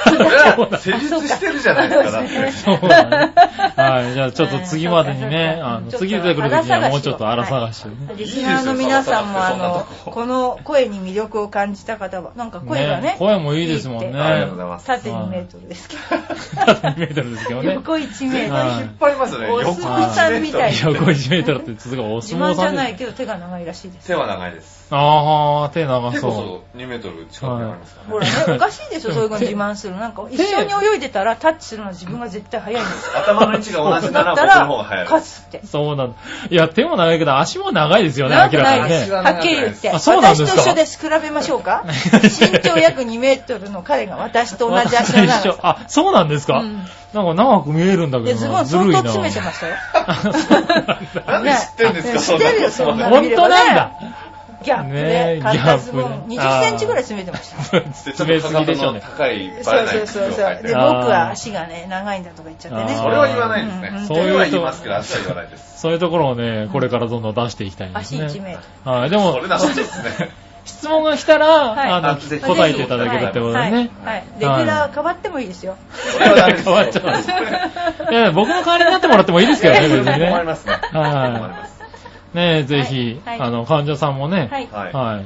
Speaker 3: それは成立してるじゃないですか、だっ
Speaker 1: あ
Speaker 3: て。
Speaker 2: そうだね。はい、じゃあちょっと次までに
Speaker 1: う
Speaker 2: ね、
Speaker 1: ん
Speaker 2: あの、
Speaker 1: ちょっと
Speaker 2: 次出てくる時にはもうちょっと荒探しをね。
Speaker 1: リスナーの皆さ んも、あの
Speaker 3: いいです、よ
Speaker 1: この声に魅力を感じた方は、なんか声がね。
Speaker 2: ね声もいいですもんね
Speaker 1: いいって
Speaker 3: あ りがとうございます。
Speaker 1: 縦2メートルですけ
Speaker 2: 2メートルですけど
Speaker 1: ど、
Speaker 2: ね。
Speaker 1: 横1メートル。
Speaker 2: はい
Speaker 3: 引っ張りますね。
Speaker 1: お
Speaker 3: 横
Speaker 1: 相撲さんみたい
Speaker 3: 一メートル
Speaker 2: 横1メートルって、続くお
Speaker 1: 自
Speaker 2: 相撲
Speaker 1: 慢じ
Speaker 2: さ
Speaker 1: ゃ
Speaker 2: ん
Speaker 1: ない
Speaker 2: で。
Speaker 1: けど手が長いらしいです。
Speaker 3: 手は長いです。
Speaker 2: あー、手長
Speaker 3: 手
Speaker 2: そ
Speaker 3: こそ2メートル近くになりますから ね。
Speaker 1: ほらね、おかしいでしょ、そういうの自慢する。なんか、一緒に泳いでたらタッチするのは自分が絶対早いんですよ。
Speaker 3: 頭の位置が同じな
Speaker 1: だ
Speaker 3: ら
Speaker 1: った
Speaker 3: 僕の
Speaker 1: ら
Speaker 3: 方が早い、で
Speaker 1: 勝
Speaker 3: す。
Speaker 1: つって
Speaker 2: う。。そうなんだ。いや、手も長いけど足も長いですよね、
Speaker 1: 長
Speaker 2: 明
Speaker 1: く
Speaker 2: ら
Speaker 1: ない
Speaker 2: かに
Speaker 1: です。
Speaker 2: ね。
Speaker 1: はっきり言って。
Speaker 2: あそうなんです
Speaker 1: 私
Speaker 2: か
Speaker 1: と一緒です。比べましょうか。身長約2メートルの彼が私と同じ足の長
Speaker 2: 一緒
Speaker 1: さ。
Speaker 2: あ、そうなんですか、
Speaker 1: うん
Speaker 2: なんか長く見えるんだけ
Speaker 1: で、
Speaker 2: ど
Speaker 1: ズボ
Speaker 2: な。
Speaker 1: ン
Speaker 2: ず
Speaker 1: 相
Speaker 2: るい
Speaker 1: 当
Speaker 2: な。
Speaker 1: 詰めてましたよ。
Speaker 3: なんで知ってんですか、
Speaker 1: ね
Speaker 3: そん
Speaker 1: 知ってるよそんな
Speaker 3: なこ
Speaker 1: の
Speaker 2: 本
Speaker 3: と。
Speaker 2: 当なんだ。
Speaker 1: ギャップ
Speaker 2: ね
Speaker 1: で
Speaker 2: え、
Speaker 1: 買ったズボン
Speaker 2: ギャッ
Speaker 1: 20セ
Speaker 2: プね
Speaker 1: ンチぐらい詰めてました。
Speaker 2: 詰めすぎでしょう ね。
Speaker 3: 高いバ
Speaker 1: そう
Speaker 3: レな
Speaker 1: そ
Speaker 3: いう
Speaker 1: そうそう。で、
Speaker 3: そ
Speaker 1: 僕
Speaker 2: あー
Speaker 1: は足がね、長いんだとか言っちゃって
Speaker 2: あー
Speaker 1: ね。
Speaker 3: それは言わないです
Speaker 1: うんう
Speaker 3: ね
Speaker 1: ん。
Speaker 3: そ
Speaker 2: そういう人
Speaker 3: れは言いますけど、足は言わないです。
Speaker 2: そういうところをね、これからどんどん出していきたいです
Speaker 1: 足
Speaker 2: ね。
Speaker 1: 1メートル。
Speaker 2: はい、で
Speaker 3: そ
Speaker 2: も
Speaker 3: れ、だ、そうですね。
Speaker 2: 質問が来たら、
Speaker 1: はい
Speaker 2: あの、
Speaker 3: あぜひ
Speaker 2: 答えていただけるってことでね。
Speaker 1: はい。はい、レギュラー変わってもいいですよ。
Speaker 3: それはダメです
Speaker 2: 変わっちゃうんですいや、僕の代わりになってもらってもいいですけどね、別 にね。
Speaker 3: 困りますね。困り
Speaker 2: は
Speaker 3: ます。
Speaker 2: い。ねえ、ぜひ、
Speaker 1: はい
Speaker 2: あの、患者さんもね、
Speaker 1: はい。
Speaker 3: はい。
Speaker 2: はい。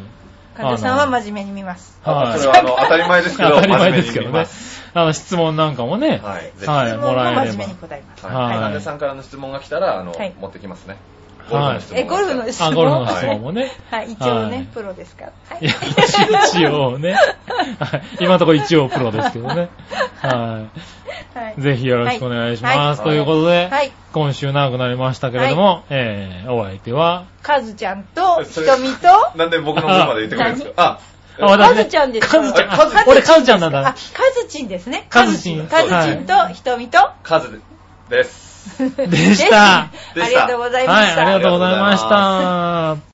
Speaker 1: 患者さんは真面目に見ます。
Speaker 2: はい。
Speaker 3: それはあの当たり前ですけど、
Speaker 2: 当たり前ですけど
Speaker 3: 真面目に見ま
Speaker 2: ね
Speaker 3: す。
Speaker 2: あの、質問なんかもね、
Speaker 3: はいぜひ
Speaker 2: はい、
Speaker 1: 質
Speaker 2: も
Speaker 1: 問も
Speaker 2: らえ
Speaker 1: 真
Speaker 2: れ
Speaker 1: 面目
Speaker 2: ば
Speaker 1: に。答えます。
Speaker 2: はい
Speaker 3: 患者さんからの質問が来たら、あの
Speaker 1: はい、
Speaker 3: 持ってきますね。
Speaker 2: はい
Speaker 1: え、ゴルフの質問
Speaker 2: あ、ゴルフの質問もね。
Speaker 1: はい、一応
Speaker 2: はい
Speaker 1: ね、プロですから。 はい
Speaker 2: いや、一応ね。はい今のところ一応プロですけどね。は
Speaker 1: はい
Speaker 2: い。ぜひよろしくお願いします。
Speaker 3: はい
Speaker 2: ということで、
Speaker 1: はい
Speaker 2: 今週長くなりましたけれども、えー、お相手は、
Speaker 1: カズちゃんと、ひ
Speaker 3: それ
Speaker 1: とみと、
Speaker 3: なんで僕の方まで言ってくれるんですかあ、
Speaker 2: あ私
Speaker 1: カ
Speaker 2: ね
Speaker 1: ズちゃんです
Speaker 2: カズちゃん。
Speaker 3: あカズ
Speaker 2: あ俺カズちゃんなんだ
Speaker 1: あ、カ
Speaker 2: ね。
Speaker 1: ズチンですね。
Speaker 2: カズチン
Speaker 1: カズチンと、ひとみと、
Speaker 3: カズです。
Speaker 2: でした。
Speaker 1: ですありがとうございま
Speaker 2: は
Speaker 1: し
Speaker 2: い、
Speaker 1: た。
Speaker 2: ありがとうございまし
Speaker 3: ありがとうござ
Speaker 2: た。